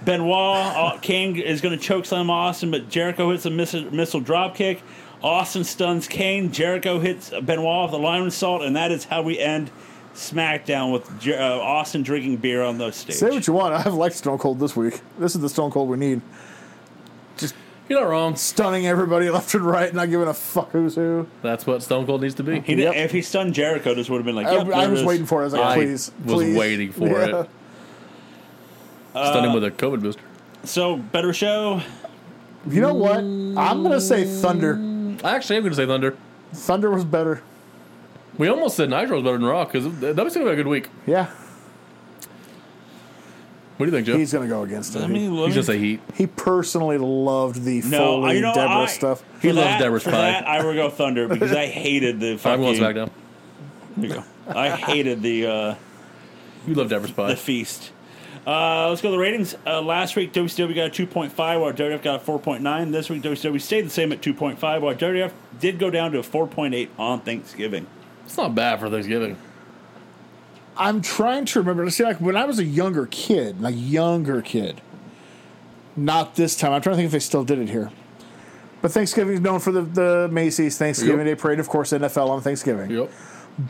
Speaker 1: Benoit, uh, Kane is going to choke slam Austin, but Jericho hits a missile, missile drop kick. Austin stuns Kane. Jericho hits Benoit with a lion salt, and that is how we end SmackDown with Jer- uh, Austin drinking beer on the stage.
Speaker 3: Say what you want. I've liked Stone Cold this week. This is the Stone Cold we need.
Speaker 2: You're not wrong.
Speaker 3: Stunning everybody left and right, not giving a fuck who's who.
Speaker 2: That's what Stone Cold needs to be.
Speaker 1: He didn't-
Speaker 3: Yep.
Speaker 1: If he stunned Jericho, this would have been like,
Speaker 3: I,
Speaker 1: yep,
Speaker 3: I
Speaker 1: there it
Speaker 3: was
Speaker 1: is.
Speaker 3: waiting for it. I was like,
Speaker 2: I
Speaker 3: please,
Speaker 2: was
Speaker 3: please.
Speaker 2: waiting for
Speaker 3: Yeah.
Speaker 2: it. Stunned him with a COVID booster.
Speaker 1: So, better show.
Speaker 3: You know what? I'm gonna say Thunder.
Speaker 2: Actually, I'm going to say Thunder.
Speaker 3: Thunder was better.
Speaker 2: We almost said Nitro was better than Raw because that was going to be a good week.
Speaker 3: Yeah,
Speaker 2: What do you think, Joe?
Speaker 3: he's gonna go against it.
Speaker 1: Let me, let me-
Speaker 2: He's going to say Heat.
Speaker 3: He personally loved the
Speaker 1: no,
Speaker 3: Foley
Speaker 1: I, you know,
Speaker 3: Deborah
Speaker 1: I,
Speaker 3: stuff.
Speaker 1: for
Speaker 2: He loves
Speaker 1: that-
Speaker 2: Deborah's
Speaker 1: for
Speaker 2: pie.
Speaker 1: That, I would go Thunder because I hated the
Speaker 2: I'm going
Speaker 1: fucking.
Speaker 2: SmackDown.
Speaker 1: I hated the uh,
Speaker 2: You love Deborah's
Speaker 1: the
Speaker 2: Pie.
Speaker 1: feast. Uh, let's go to the ratings. Uh, last week, WCW got a 2.5, while WWF got a 4.9. This week, WCW stayed the same at 2.5, while WWF did go down to a 4.8 on Thanksgiving.
Speaker 2: It's not bad for Thanksgiving.
Speaker 3: I'm trying to remember. See, like when I was a younger kid, like younger kid, not this time. I'm trying to think if they still did it here. But Thanksgiving is known for the, the Macy's Thanksgiving
Speaker 2: Yep.
Speaker 3: Day Parade, of course, NFL on Thanksgiving.
Speaker 2: Yep.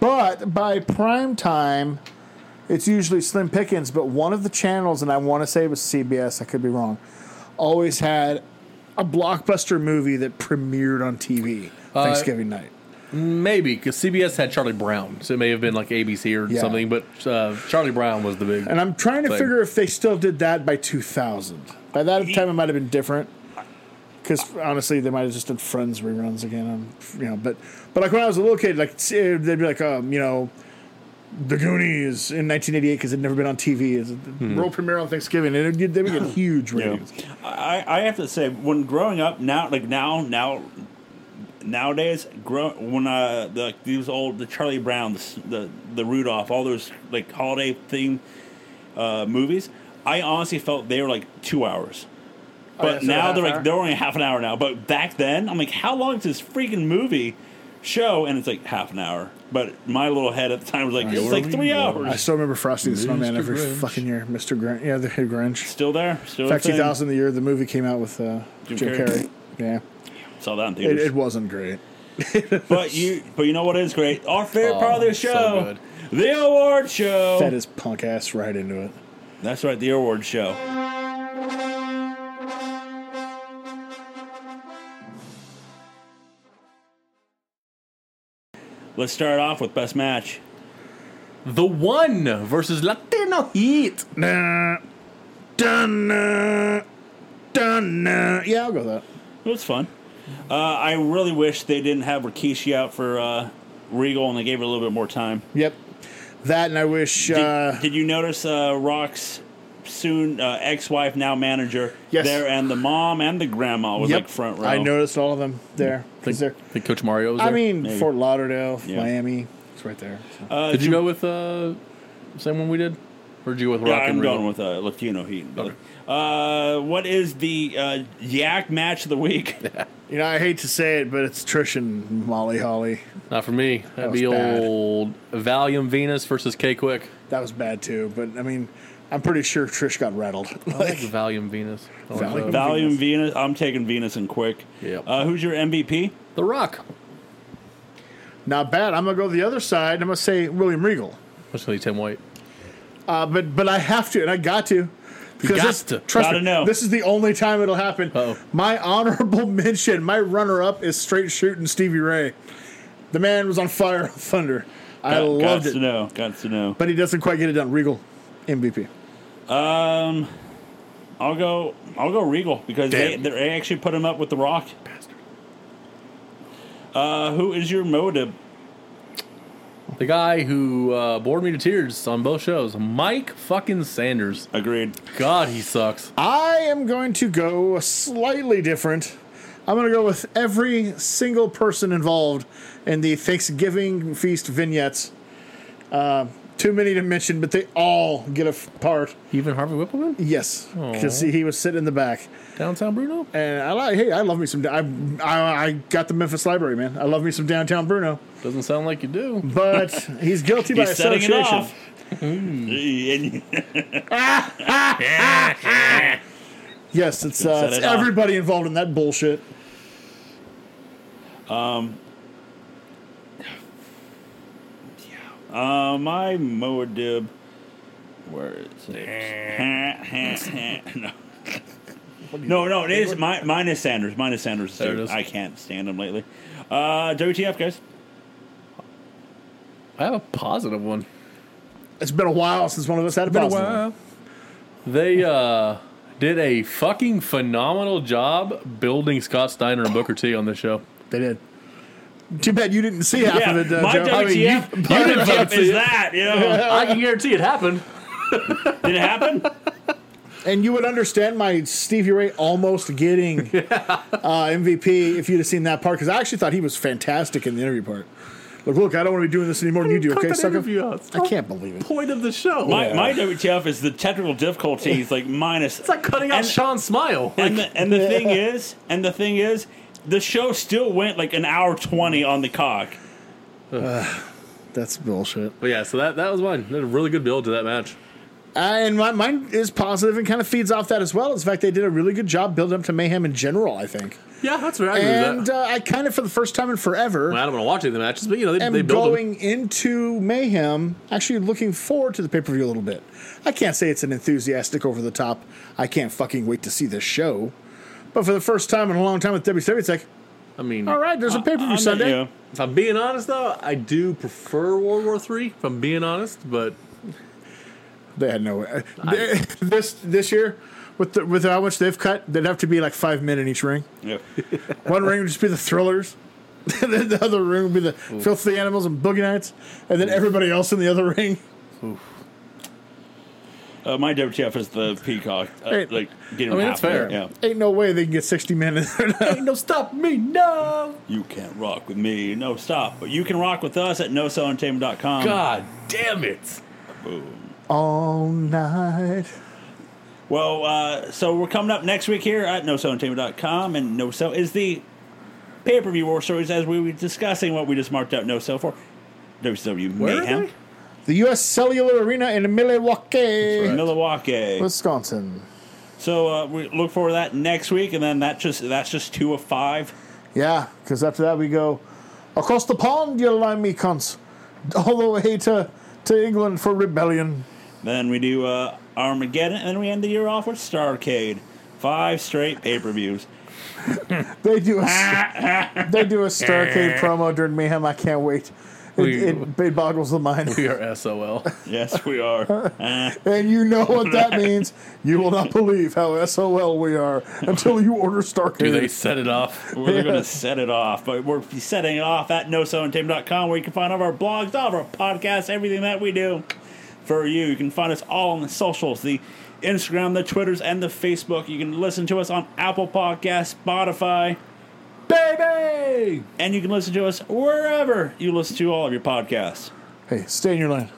Speaker 3: But by prime time, it's usually slim pickings. But one of the channels, and I want to say it was CBS, I could be wrong, always had a blockbuster movie that premiered on TV
Speaker 2: Uh,
Speaker 3: Thanksgiving night.
Speaker 2: Maybe because CBS had Charlie Brown, so it may have been like ABC or
Speaker 3: Yeah.
Speaker 2: something. But uh, Charlie Brown was the big.
Speaker 3: And I'm trying to
Speaker 2: Same.
Speaker 3: figure if they still did that by 2000. By that time, it might have been different. Because honestly, they might have just did Friends reruns again. um, you know, but but like when I was a little kid, like s- eh, they'd be like, um, you know, The Goonies in 1988 because it'd never been on TV. It's a world premiere on Thanksgiving, and it, they would get huge ratings.
Speaker 1: I, I have to say, when growing up now, like now, now, nowadays, grow when uh, the, these old the Charlie Brown, the s- the, the Rudolph, all those like holiday theme uh, movies, I honestly felt they were like two hours.
Speaker 3: Oh, yeah,
Speaker 1: But
Speaker 3: so
Speaker 1: now
Speaker 3: half
Speaker 1: they're
Speaker 3: hour?
Speaker 1: like they're only half an hour now. But back then, I'm like, how long is this freaking movie show? And it's like half an hour. But my little head at the time was like, it's
Speaker 2: where
Speaker 1: like
Speaker 2: we
Speaker 1: three
Speaker 2: were.
Speaker 1: hours.
Speaker 3: I still remember Frosty the Snowman
Speaker 2: Mr.
Speaker 3: every
Speaker 2: Grinch.
Speaker 3: fucking year. Mr. Grinch, yeah, the head Grinch.
Speaker 1: Still there, still
Speaker 3: In fact,
Speaker 1: a thing.
Speaker 3: 2000, the year the movie came out with uh, Jim,
Speaker 1: Jim
Speaker 3: Carrey.
Speaker 1: Carrey.
Speaker 3: Yeah,
Speaker 1: Saw that in
Speaker 3: it,
Speaker 1: theaters.
Speaker 3: it wasn't great.
Speaker 1: But you, but you know what is great? Our favorite
Speaker 2: Oh,
Speaker 1: part of the
Speaker 2: so
Speaker 1: show,
Speaker 2: good.
Speaker 1: the award show.
Speaker 3: Fed his punk ass right into it.
Speaker 1: That's right, the award show. Let's start off with best match.
Speaker 2: the one versus Latino Heat.
Speaker 3: Nah. Dun, nah. Dun, nah. Yeah, I'll go with that.
Speaker 1: It was fun. Uh, I really wish they didn't have Rikishi out for uh, Regal and they gave her a little bit more time.
Speaker 3: Yep. That and I wish.
Speaker 1: Did,
Speaker 3: uh,
Speaker 1: did you notice uh, Rock's soon uh, ex-wife, now manager,
Speaker 3: Yes.
Speaker 1: there, and the mom and the grandma was
Speaker 3: yep.
Speaker 1: like front row.
Speaker 3: I noticed all of them there. 'Cause they're-
Speaker 2: think Coach Mario was
Speaker 3: I
Speaker 2: there.
Speaker 3: mean,
Speaker 1: Maybe.
Speaker 3: Fort Lauderdale,
Speaker 1: Yeah.
Speaker 3: Miami. It's right there. so.
Speaker 1: Uh,
Speaker 2: did you go with uh, same one we did, or did you go with Rock
Speaker 1: Yeah, I'm
Speaker 2: and Rio?
Speaker 1: going with uh, Latino Heat. Uh, what is the uh, Yak match of the week?
Speaker 3: You know, I hate to say it, but it's Trish and Molly Holly.
Speaker 2: Not for me. That'd
Speaker 3: was
Speaker 2: be
Speaker 3: bad.
Speaker 2: old Valium Venus versus K Quick.
Speaker 3: That was bad too, but I mean, I'm pretty sure Trish got rattled.
Speaker 2: Like
Speaker 3: like,
Speaker 2: Valium Venus. I like
Speaker 3: Valium-
Speaker 2: that. uh,
Speaker 1: Valium Venus. I'm taking Venus and Quick.
Speaker 2: Yep.
Speaker 1: Uh, who's your MVP?
Speaker 2: the Rock.
Speaker 3: not bad. I'm gonna go the other side. I'm gonna say William Regal.
Speaker 2: Let's say Tim White.
Speaker 3: Uh, but but I have to, and I got to. Because
Speaker 2: got
Speaker 3: this,
Speaker 2: to.
Speaker 3: Trust
Speaker 1: Gotta
Speaker 3: me,
Speaker 1: know.
Speaker 3: this is the only time it'll happen.
Speaker 2: Uh-oh.
Speaker 3: My honorable mention, my runner-up is straight shooting Stevie Ray. The man was on fire on Thunder. I
Speaker 1: Got-
Speaker 3: loved
Speaker 1: gots
Speaker 3: it,
Speaker 1: to know. Got to know.
Speaker 3: but he doesn't quite get it done. Regal, MVP.
Speaker 1: Um, I'll go. I'll go Regal because they,
Speaker 3: Damn.
Speaker 1: they actually put him up with the Rock. Uh, who is your motive?
Speaker 2: The guy who uh, bored me to tears on both shows, Mike fucking Sanders.
Speaker 1: Agreed.
Speaker 2: God, he sucks.
Speaker 3: I am going to go slightly different. I'm going to go with every single person involved in the Thanksgiving feast vignettes. Uh, too many to mention, but they all get a f- part.
Speaker 2: Even Harvey Whippleman?
Speaker 3: Yes, because he was sitting in the back,
Speaker 2: Downtown Bruno?
Speaker 3: and I like. Hey, I love me some. I, I I got the Memphis Library, man. I love me some downtown Bruno,
Speaker 2: Doesn't sound like you do.
Speaker 3: but he's guilty by
Speaker 1: He's setting it
Speaker 3: association.
Speaker 1: off.
Speaker 2: Mm.
Speaker 1: And-
Speaker 3: Yes, it's, uh,
Speaker 1: Set
Speaker 3: it's
Speaker 1: it off.
Speaker 3: everybody involved in that bullshit.
Speaker 1: Uh, my Moadib. Where is it? no. No, no, it is my, mine is Sanders. Mine is Sanders.
Speaker 2: There it
Speaker 1: too.
Speaker 2: is.
Speaker 1: I can't stand him lately. Uh, WTF, guys?
Speaker 2: I have a positive one.
Speaker 3: It's been a while since one of us had a positive one.
Speaker 2: They uh, did a fucking phenomenal job building Scott Steiner and Booker T on this show.
Speaker 3: They did. Too bad you didn't see half of it, uh,
Speaker 1: my
Speaker 3: Joe. I
Speaker 1: WTF,
Speaker 3: mean, you-
Speaker 1: you,
Speaker 2: didn't vote for
Speaker 1: is
Speaker 2: it.
Speaker 1: that? You know,
Speaker 2: I can guarantee it happened.
Speaker 1: did it happen?
Speaker 3: and you would understand my Stevie Ray almost getting uh, MVP if you'd have seen that part because I actually thought he was fantastic in the interview part. Like, look, I don't want to be doing this anymore than you do,
Speaker 2: Cut
Speaker 3: okay,
Speaker 2: that
Speaker 3: sucker?
Speaker 2: interview out. It's the
Speaker 3: I can't believe it.
Speaker 2: point of the show.
Speaker 1: My, my WTF is the technical difficulties, like minus.
Speaker 2: it's like cutting out
Speaker 1: and-
Speaker 2: Sean's smile.
Speaker 1: and the, and the thing is, and the thing is, the show still went like an hour twenty on the cock.
Speaker 3: That's bullshit.
Speaker 2: But yeah, so that, that was mine. That was a really good build to that match.
Speaker 3: Uh, and my, mine is positive and kind of feeds off that as well. In fact, they did a really good job building up to Mayhem in general, I think.
Speaker 2: Yeah, that's right. I agree with
Speaker 3: And
Speaker 2: that.
Speaker 3: uh, I kind of, for the first time in forever,
Speaker 2: Well, I don't want to watch any of the matches, but you know, they,
Speaker 3: am
Speaker 2: they build them.
Speaker 3: going into Mayhem actually looking forward to the pay per view a little bit. I can't say it's an enthusiastic over the top. I can't fucking wait to see this show. But for the first time in a long time with WWE, it's like,
Speaker 2: I mean,
Speaker 3: all right, there's a pay per view
Speaker 1: I'm not-
Speaker 3: Sunday.
Speaker 1: yeah.
Speaker 2: if I'm being honest, though, I do prefer World War Three. if I'm being honest, but
Speaker 3: They had no uh, they- this this year with the, with how much they've cut. They'd have to be like five men in each ring.
Speaker 1: Yeah.
Speaker 3: One ring would just be the Thrillers. then the other ring would be the Filthy Animals and Boogie Nights, and then everybody else in the other ring.
Speaker 1: Uh, my WTF is the peacock. Uh,
Speaker 3: Hey,
Speaker 1: like getting
Speaker 2: I mean, that's
Speaker 1: halfway,
Speaker 2: fair.
Speaker 1: Yeah.
Speaker 3: Ain't no way they can get sixty men in there.
Speaker 2: ain't no stop me, no.
Speaker 1: You can't rock with me. No, stop. But you can rock with us at nosellentertainment.com.
Speaker 2: God damn it!
Speaker 3: All night.
Speaker 1: Well, uh, so we're coming up next week here at nosellentertainment.com, and No Cell is the pay per view war stories as we were discussing what we just marked out No Cell for. WCW
Speaker 2: Where are
Speaker 1: Mayhem,
Speaker 2: they?
Speaker 3: The U.S. Cellular Arena in Milwaukee,
Speaker 1: Milwaukee.
Speaker 3: Wisconsin.
Speaker 1: So uh, we look forward to that next week, and then that just that's just two of five.
Speaker 3: Yeah, because after that we go across the pond, you limey cunts, all the way to to England for rebellion.
Speaker 1: Then we do uh, Armageddon, and then we end the year off with Starcade. Five straight pay per views.
Speaker 3: They do a they do a Starcade promo during Mayhem. I can't wait. It,
Speaker 2: We-
Speaker 3: it, it boggles the mind.
Speaker 2: We are SOL.
Speaker 1: Yes, we are. Uh,
Speaker 3: And you know what that means. You will not believe how SOL we are until you order
Speaker 2: Do they
Speaker 3: Starcade.
Speaker 2: set it off?
Speaker 1: we're going to set it off, but we're setting it off at nosellandtame.com where you can find all of our blogs, all of our podcasts, everything that we do for you. You can find us all on the socials, the Instagram, the Twitters, and the Facebook. You can listen to us on Apple Podcasts, Spotify,
Speaker 2: Baby!
Speaker 1: and you can listen to us wherever you listen to all of your podcasts.
Speaker 3: Hey, stay in your lane.